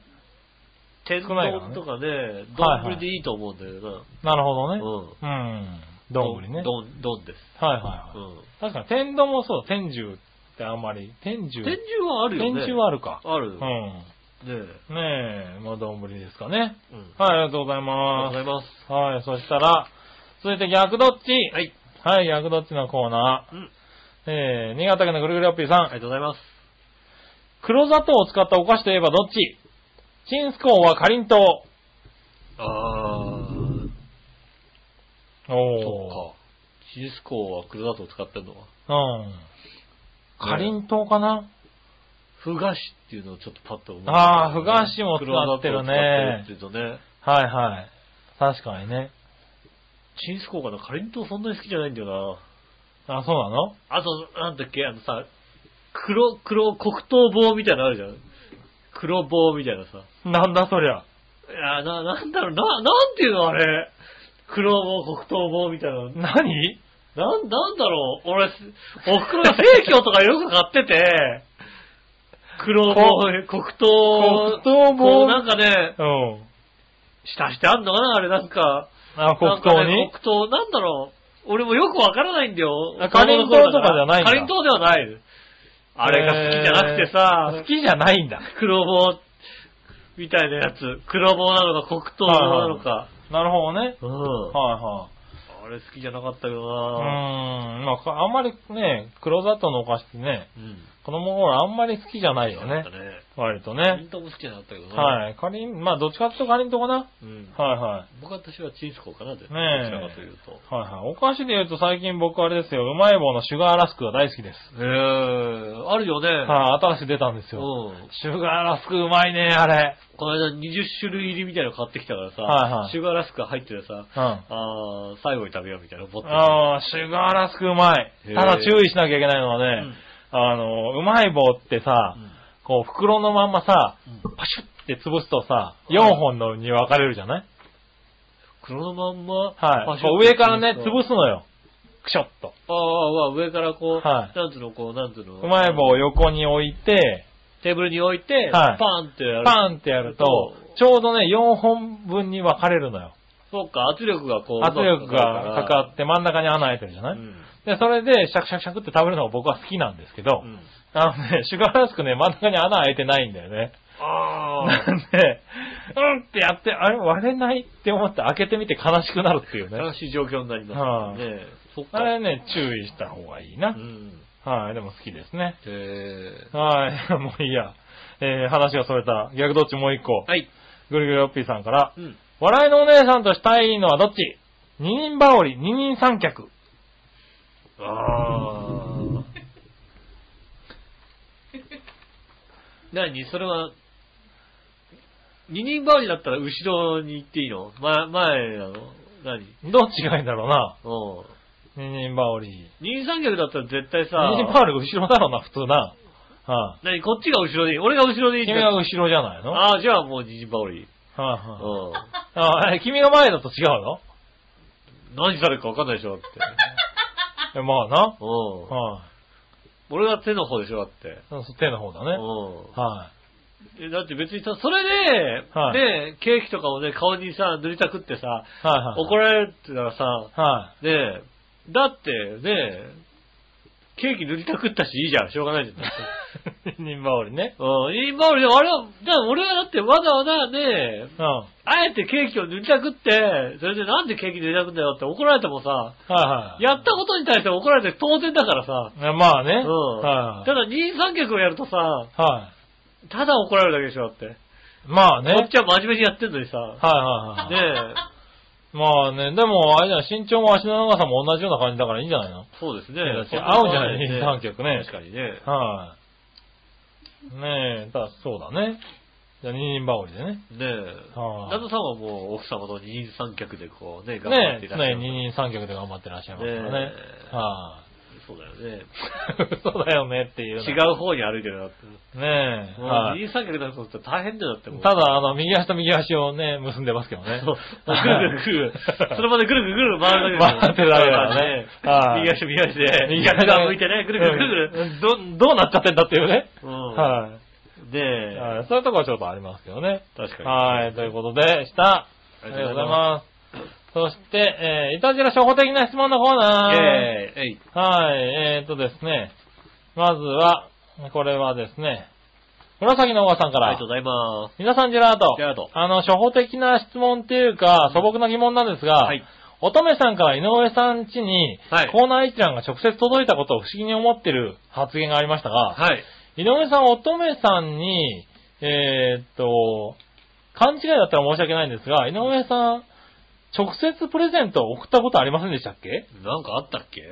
天少ないから丼ねとかね、はいはい丼でいいと思うんだよな。なるほどうね。ん。うん。どんぶりね。はい丼、丼です。はいうはい。ん。確かに天丼もそうだ。天重ってあんまり。天重。天重はあるよね。天重はあるか。ある。うねん。え。ねえ、まあどんぶりですかね。うん。はい、ありがとうございあまりがとうございます。す。はい、そしたら、続いて逆どっち。はい。はい、逆どっちのコーナー。うんえー、新潟県のぐるぐるおっぴーさありがん。とうございます。黒砂糖を使ったお菓子といえばどっちチンスコーンはかりんとう。あー、おー。そっか。シリスコーは黒砂糖使ってんのは。うん。かりんとうかなふがしっていうのをちょっとパッと思い出したあーふがしも使って黒砂糖使っるねてるっていうとね、はいはい。確かにね。チンスコーかな、かりんとうそんなに好きじゃないんだよあ、そうなのな。あと、なんだっけ、あのさ、黒、黒、黒糖棒みたいなのあるじゃん。黒棒みたいなさ。なんだそりゃ。いや、な、なんだろう、な、なんていうのあれ。黒棒、黒糖棒みたいなの。何なん、なんだろう、俺、おふくろが生協とかよく買ってて、黒棒、黒糖、黒糖棒こうなんかね、うん。下してあんのかなあれなんか。あ、黒な糖んかねに、黒糖、なんだろう。俺もよくわからないんだよ。あかりんとうとかじゃないんだかりんとうではない。あれが好きじゃなくてえーさ好、きじゃないんだ。黒棒、みたいなやつ。黒棒なのか黒糖なのか。なるほどね。うん。はあれ好きじゃなかったけどないはい。うーん。まあ、かあんまりね、黒砂糖のお菓子ってね、うん。子供頃あんまり好きじゃないよ好きじゃなねかっ。たね。割とかりね。んとうも好きじゃなかったけどな。はい。かりん、まあ、どっちかっていうとかりんとうかな。うん。はいはい。僕は私はチンスコーかなって。どちえらかというと。はいはい。お菓子で言うと最近僕あれですよ、うまい棒のシュガーラスクが大好きです。へえ、あるよね。はい、新しい出たんですうん。よ。シュガーラスクうまいね、あれ。この間20種類入りみたいなの買ってきたからさ、はいはいシュガーラスクが入っててさ、うん。あー、最後に食べようみたいな思って。ああ、シュガーラスクうまいへ。ーただ注意しなきゃいけないのはうね、んあの、うまい棒ってさ、こう袋のまんまさ、うんパシュって潰すとさ、うん4本のに分かれるじゃない黒のまんま、はパい。シュッこうて上からね、潰すすのよ。クショッと。と。あーあー、上からこう、はいなんつうの、こう、なんつうの。うまい棒を横に置いて、テーブルに置いて、はパいーンってやる。パーンってやると、ちょうどね、4本分に分かれるのよ。そうか、圧力がこう。圧力がかかっって真ん中に穴開いてるじゃない、うん。で、それでシャクシャクシャクって食べるのが僕は好きなんですけど、うんあのね、シュガーラスクね、真ん中に穴開いてないんだよね。あなあ。んで、うんってやって、あれ割れないって思って開けてみて悲しくなるっていう悲ね。しい状況になりますね。ねそっか。あれね、注意した方がいいうな。ん。はい、でも好きですね。えはい、 もういいや。えー、話がそれた。逆どっちもう一個。ー、はい。ぐるぐるよっぴーさんから。うん。笑いのお姉さんとしたいのはどっち二人羽織、二人三脚。ああ。何それは、二人羽織だったら後ろに行っていいの前、前なの何どっちがいいんだろうな。うん。二人羽織。二人三脚だったら絶対さ二、人羽織後ろだろうな、普通な。はい、何こっちが後ろでいい俺が後ろでいいじゃ君んは後ろじゃないのはい、ああ、じゃあもう二人羽織。うはい、ん。あえ君が前だと違うの何されるか分かんないでしょだって。えまあな。うん。は俺が手の方でしょだって。い、そ手の方だね。うはい、ん。えだって別にさ、それで、はいねケーキとかをね、顔にさ、塗りたくってさ、はいはい。怒られるってたらさ、はい、ねえ、だってねケーキ塗りたくったしいいじゃん、しょうが ないじゃん。だって二人羽織ね。うん、今俺、あれは、だから俺はだってわざわざねうん。はあえてケーキを塗りたくって、それでなんでケーキ塗りたくんだよって怒られてもさ、いはい。やったことに対して怒られて当然だからさ、いや、まあね。うん。はい、ただ二人三脚をやるとさ、はい、ただ怒られるだけでしょ、だって。まあね。こっちは真面目にやってんのにさ、はいはいはい。ね え、まあね、でも、あれじゃん身長も足の長さも同じような感じだからいいんじゃないのそうですねいやだっ。そてん合うじゃない変わら三脚ね確かにね。はい、ねえ、ただそうだね。じゃあ二人羽織でね。ねえ。はい旦那さんはもう奥様と二人三脚でこうね、頑張っねてえ、いらっしゃる。常に二人三脚で頑張ってらっしゃいますからね。ねえはそうだよね。い、そうだよねっていう。違う方に歩いてるなって。う。ねえ、もうはい、二人三脚だと大変だよだってもう。ただ、あの、右足と右足をね、結んでますけどね。そう、ぐるぐるぐる。その場でぐるぐるぐる回るだけでも回ってるだけだからねはい右足右足で、右右足足がが向いてね、ぐるぐるぐるぐる。うん ど、どうなっちゃってんだっていうね。うん。はい、で、はいそういうとこはちょっとありますけどね。確かに。はい、ということでした。あありりががととううごござざいいます。そして、えー、いたじら初歩的な質問のコーナー。えーえい。はい、えー、っとですね、まずは、これはですね、紫のおばさんかあら。りがとうございます。皆さん、ジェラート。ジェラートあの、初歩的な質問っていうか、素朴な疑問なんですが、はい乙女さんから井上さん家に、はいコーナー一覧が直接届いたことを不思議に思ってる発言がありましたはが、い。井上さん、乙女さんに、えーっと、勘違いだったら申し訳ないんですが、井上さん、直接プレゼントを送ったことありませんでしたっけなんかあったっけ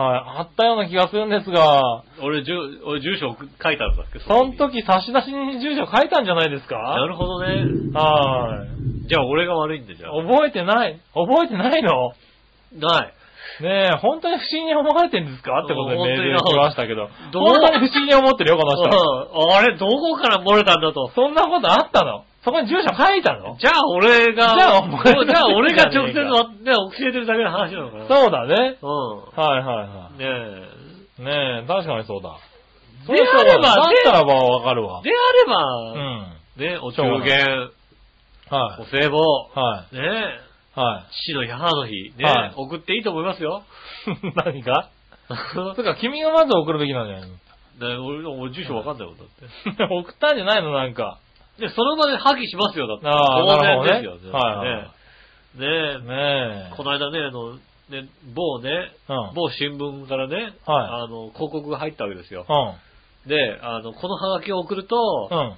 はい、あったような気がするんですが、俺、住、俺、住所送書いてあるんだっけそのこに時差出に住所書いたんじゃないですかなるほどね。はい。じゃあ、俺が悪いんだじゃあ。覚えてない、覚えてないのない。ねえ、本当に不思議に思われてるんですかってことでうんメールが本当来にましたけど。どう本当に不思議に思ってるよ、この人。うんあれ、どこから漏れたんだと。そんなことあったのそこに住所書いたのじゃあ、俺が、じゃあお前がじゃあ俺が直接わ、ね、教えてるだけの話なのかな。そうだね。そはいはいはう。うん。ねえ。い。ねえ、確かにそうだ。であればだっでたらばわかるわ。であれば、ね、うん。おしょう中が元、はおい。歳暮、はい。ねえ、は父の日、母の日、ね、はい送っていいと思いますよ。 い。 何かねつうか、君がまず送るべきなんじゃない俺、俺住所わかんないもんだって。の 送ったんじゃないのなんか。で、その場で破棄しますよ、だって。ああ当然なでするほどよ、ね絶対はいね。ねねええ、。この間ね、あの、ね、某ね、うん某新聞からね、はいあの、広告が入ったわけですよ。うん。で、あの、このハガキを送ると、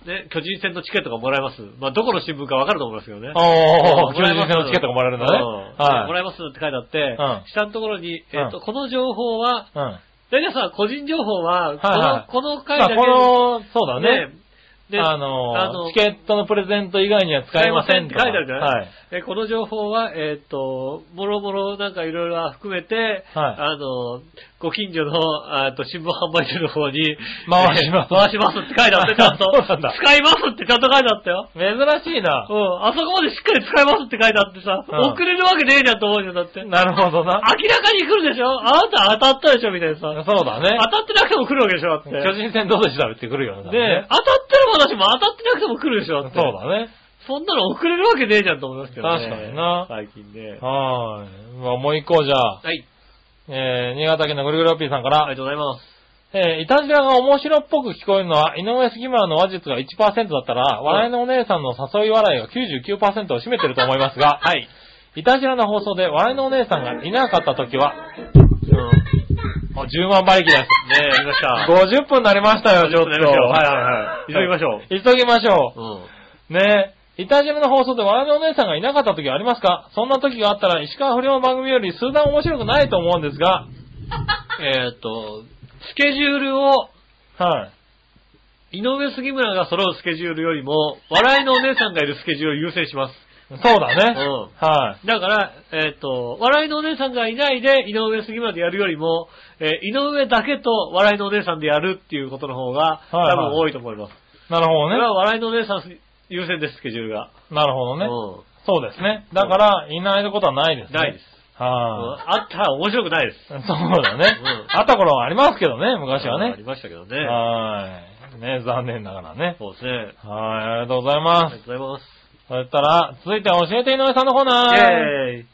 うね、巨人戦のチケットがもらえます。まあ、どこの新聞かわかると思いますけどね。おー、 も巨らえま人す戦のチケットがもらえるんだね。うんもはらい。えますって書いてあって、ん下のところに、えっ、と、うこの情報は、うん。大体さ、個人情報は、はいこの、この回まだあ、けこの、そうだね。で、あのあのチケットのプレゼント以外には使えませ使えませんっんて書いてあるじゃないはい。えこの情報は、えっ、と、もろもろなんかいろいろ含めて、はいあの、ご近所の、あーと、新聞販売所の方に、回しますえー回しますって書いてあって、ちゃんと。 そうなんだ使いますってちゃんと書いてあったよ。珍しいなう。ん、あそこまでしっかり使いますって書いてあってさ、うん送れるわけねえじゃんと思うよ、だって。なるほどな。明らかに来るでしょあなた当たったでしょみたいなさ。そうだね。当たってなくても来るわけでしょだって。巨人戦どうでしたってくるよね。で、当たってる私も当たってなくても来るでしょだそうって。だね。そんなの送れるわけねえじゃんと思いますけどね。確かにな最近ね。はーい。まあもう一個じゃあ、はい。えー、新潟県のぐるぐるおっぴーさんかあらりが、とうございます。えー、イタジラが面白っぽく聞こえるのは、井上杉村の話術が1%だったら、笑いのお姉さんの誘い笑いが99%を占めてると思いますが、はい。イタジラの放送で笑いのお姉さんがいなかった時は、うん。あ、10万馬力です。ねえ、やりました。 50分になりましたよ、ちょっと。やりましょうはいはいはい。急ぎましょう。急ぎましょうん。う。ねえ。イタジラの放送で笑いのお姉さんがいなかった時はありますかそんな時があったら、石川不良の番組より数段面白くないと思うんですが、えーっと、スケジュールを、はい。井上杉村が揃うスケジュールよりも、笑いのお姉さんがいるスケジュールを優先します。そうだね。うはい。だから、えーっと、笑いのお姉さんがいないで、井上杉村でやるよりも、えー井上だけと笑いのお姉さんでやるっていうことの方が、いはい多分多いと思います。なるほこどれはね。笑いのお姉さん優先です、スケジュールが。なるほどね。うんそうですね。だから、いないことはないですね。ないです。うんはあったら面白くないです。い、そうだね。うんあった頃はありますけどね、昔はありね。ましたけどね。はい。ね、残念ながらね。そうですね。はい、ありがとうござあいまりがす。とうございます。そしたら、続いて教えて井上さんのコーナー。イェーイ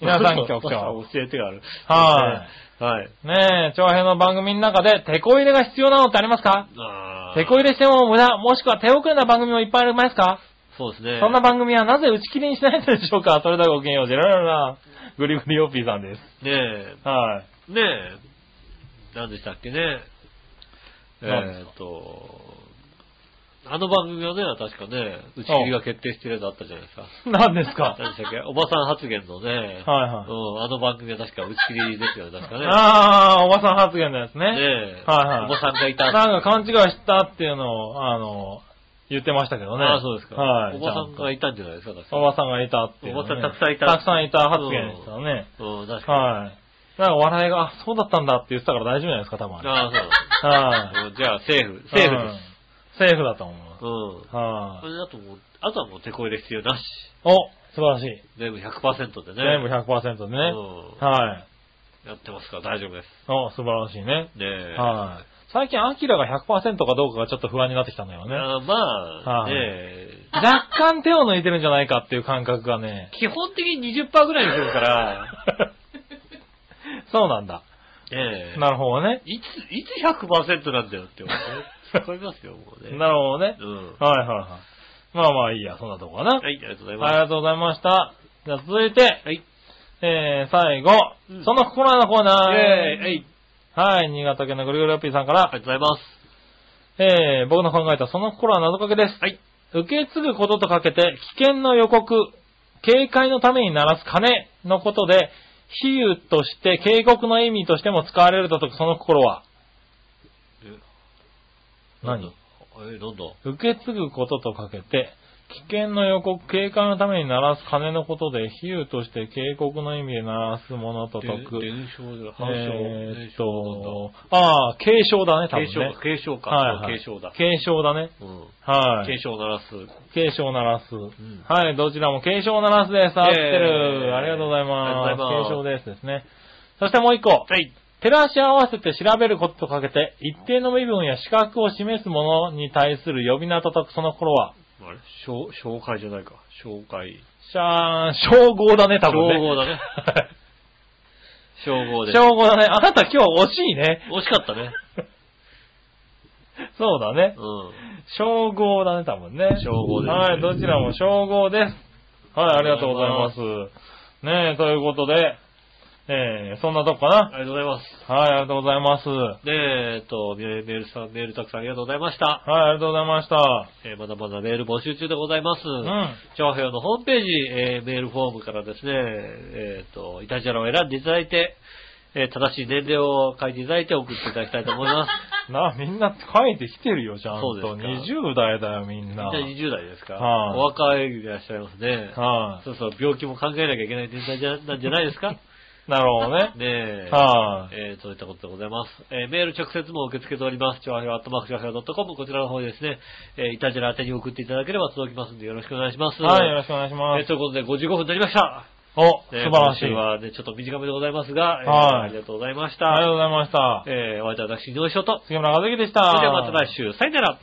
皆 さん局長。教えてがある。ははい。ねえ、長編の番組の中で、手こ入れが必要なのってありますかあー手こ入れしても無駄、もしくは手遅れな番組もいっぱいありますかそうですね。そんな番組はなぜ打ち切りにしないのでしょうかそれではごきげんよう、ジェラララ。グリグリオッピーさんです。ねはい。え、ねえ、何でしたっけね。え何ですーっと、あの番組はね、確かね、打ち切りが決定してるやつあったじゃないですか。何ですか何でしたっけおばさん発言のね、はいはいうん、あの番組は確か打ち切りですよね、確かね。ああ、おばさん発言のやつね。ねえ、はいはいおばさんがいた。なんか勘違いしたっていうのを、あの、言ってましたけどね。ああ、そうですか。はい。おばさんがいいたんじゃないですか、確かた。おばさんがいたっていうのおね、ばさんたくさんいたたくさんいた発言でしたね。うん、確かに。はい。なんか笑いが、あそうだったんだって言ってたから大丈夫じゃないですか、多分あれ。ああ、そうはい。うんじゃあ、セーフ。セーフです。す。セーフだと思いまうん。す。はそい。れだともう、あとはもう手こ入れ必要なし。お、素晴らしい。全部100%でね。全部100%でね。うんはい。やってますから大丈夫です。お、素晴らしいね。ねえ。はい。最近、アキラが100%かどうかがちょっと不安になってきたんだよね。あーまあ、はいねえ。若干手を抜いてるんじゃないかっていう感覚 がね。基本的に20%ぐらいにするから、そうなんだ。ねえ。なるほどね。いつ、いつ100%なんだよ って思うね思いますよ、もうね。なるほどねう。ん。はいはいはい。まあまあいいや、そんなとこかはな。い、ありがとうございありまがとうございました。じゃあ続いて、す。はい。えー、最後、うんその心のコーナー。イェーイ。はい。ありはい、新潟県のぐるぐるラッピーさんかがとら、うございます。えー、僕の考えたその心は謎かけです。はい。受け継ぐこととかけて、危険の予告、警戒のために鳴らす鐘のことで、比喩として、警告の意味としても使われるととくその心は、え何え、なんだ受け継ぐこととかけて、危険の予告、警戒のために鳴らす鐘のことで、比喩として警告の意味で鳴らすものとと伝く。伝承じゃない反えーっ証。と、ああ、継承だね、多分伝承なんねだ。継承、継承か。はいはい継承だ。継承だね。うん。はい。警鐘を鳴らす。警鐘を鳴らす。んはい、どちらも警鐘を鳴らすです。合ってイェーイる。ありがとうございまありす。がとうございます警鐘ですですね。そしてもう一個。はい。照らし合わせて調べることとかけて、一定の身分や資格を示すものに対する呼び名と解くその頃は、あれ紹紹介じゃないか。紹介。シャーン、称号だね、多分ね。称号だ ね称号で。惜称号だね。あなた今日惜しいね。しかったね。そうだねう。ん。称号だね、多分ね。称号ですねはい、どちらも称号です。はい、ありがとうございます。ねえ、ということで、えー、そんなとこかあな。りがとうございます。はい、ありがとうございます。はで、えっと、メメールさん、メールたくさんありがとうございました。い、ありがとうございました。えーまだまだメール募集中でございます。うん。長編のホームページ、えーメールフォームからですね、えっ、と、イタジェラを選んでいただいて、えー正しい年齢を書いていただいて送っていただきたいと思い ます。な、みんな書いてきてるよ、ちゃんと。そうです20代だよ、みんみんな。なはい、 20代ですか、はいお若いでいらっしゃいますね。そうそう、病気も考えなきゃいけない年代じゃ なんじゃないですかねなるほどね。え。はい、えー、そういったことでございます。えー、メール直接も受け付けております。ちょあひょアットマークちょあひょ .com こちらの方にですね、えー、いたじら宛てに送っていただければ届きますんでよろしくお願いします。はい、よろしくお願いしえまー、す。ということで55分になりました。お、素ね晴らしい。今週あはね、ちょっと短めでございますが、えーはいありがとうございましりがとた。うございました。えー、お相手は私、井上翔と。杉村和樹でしそた。れではまた来週、さよなら。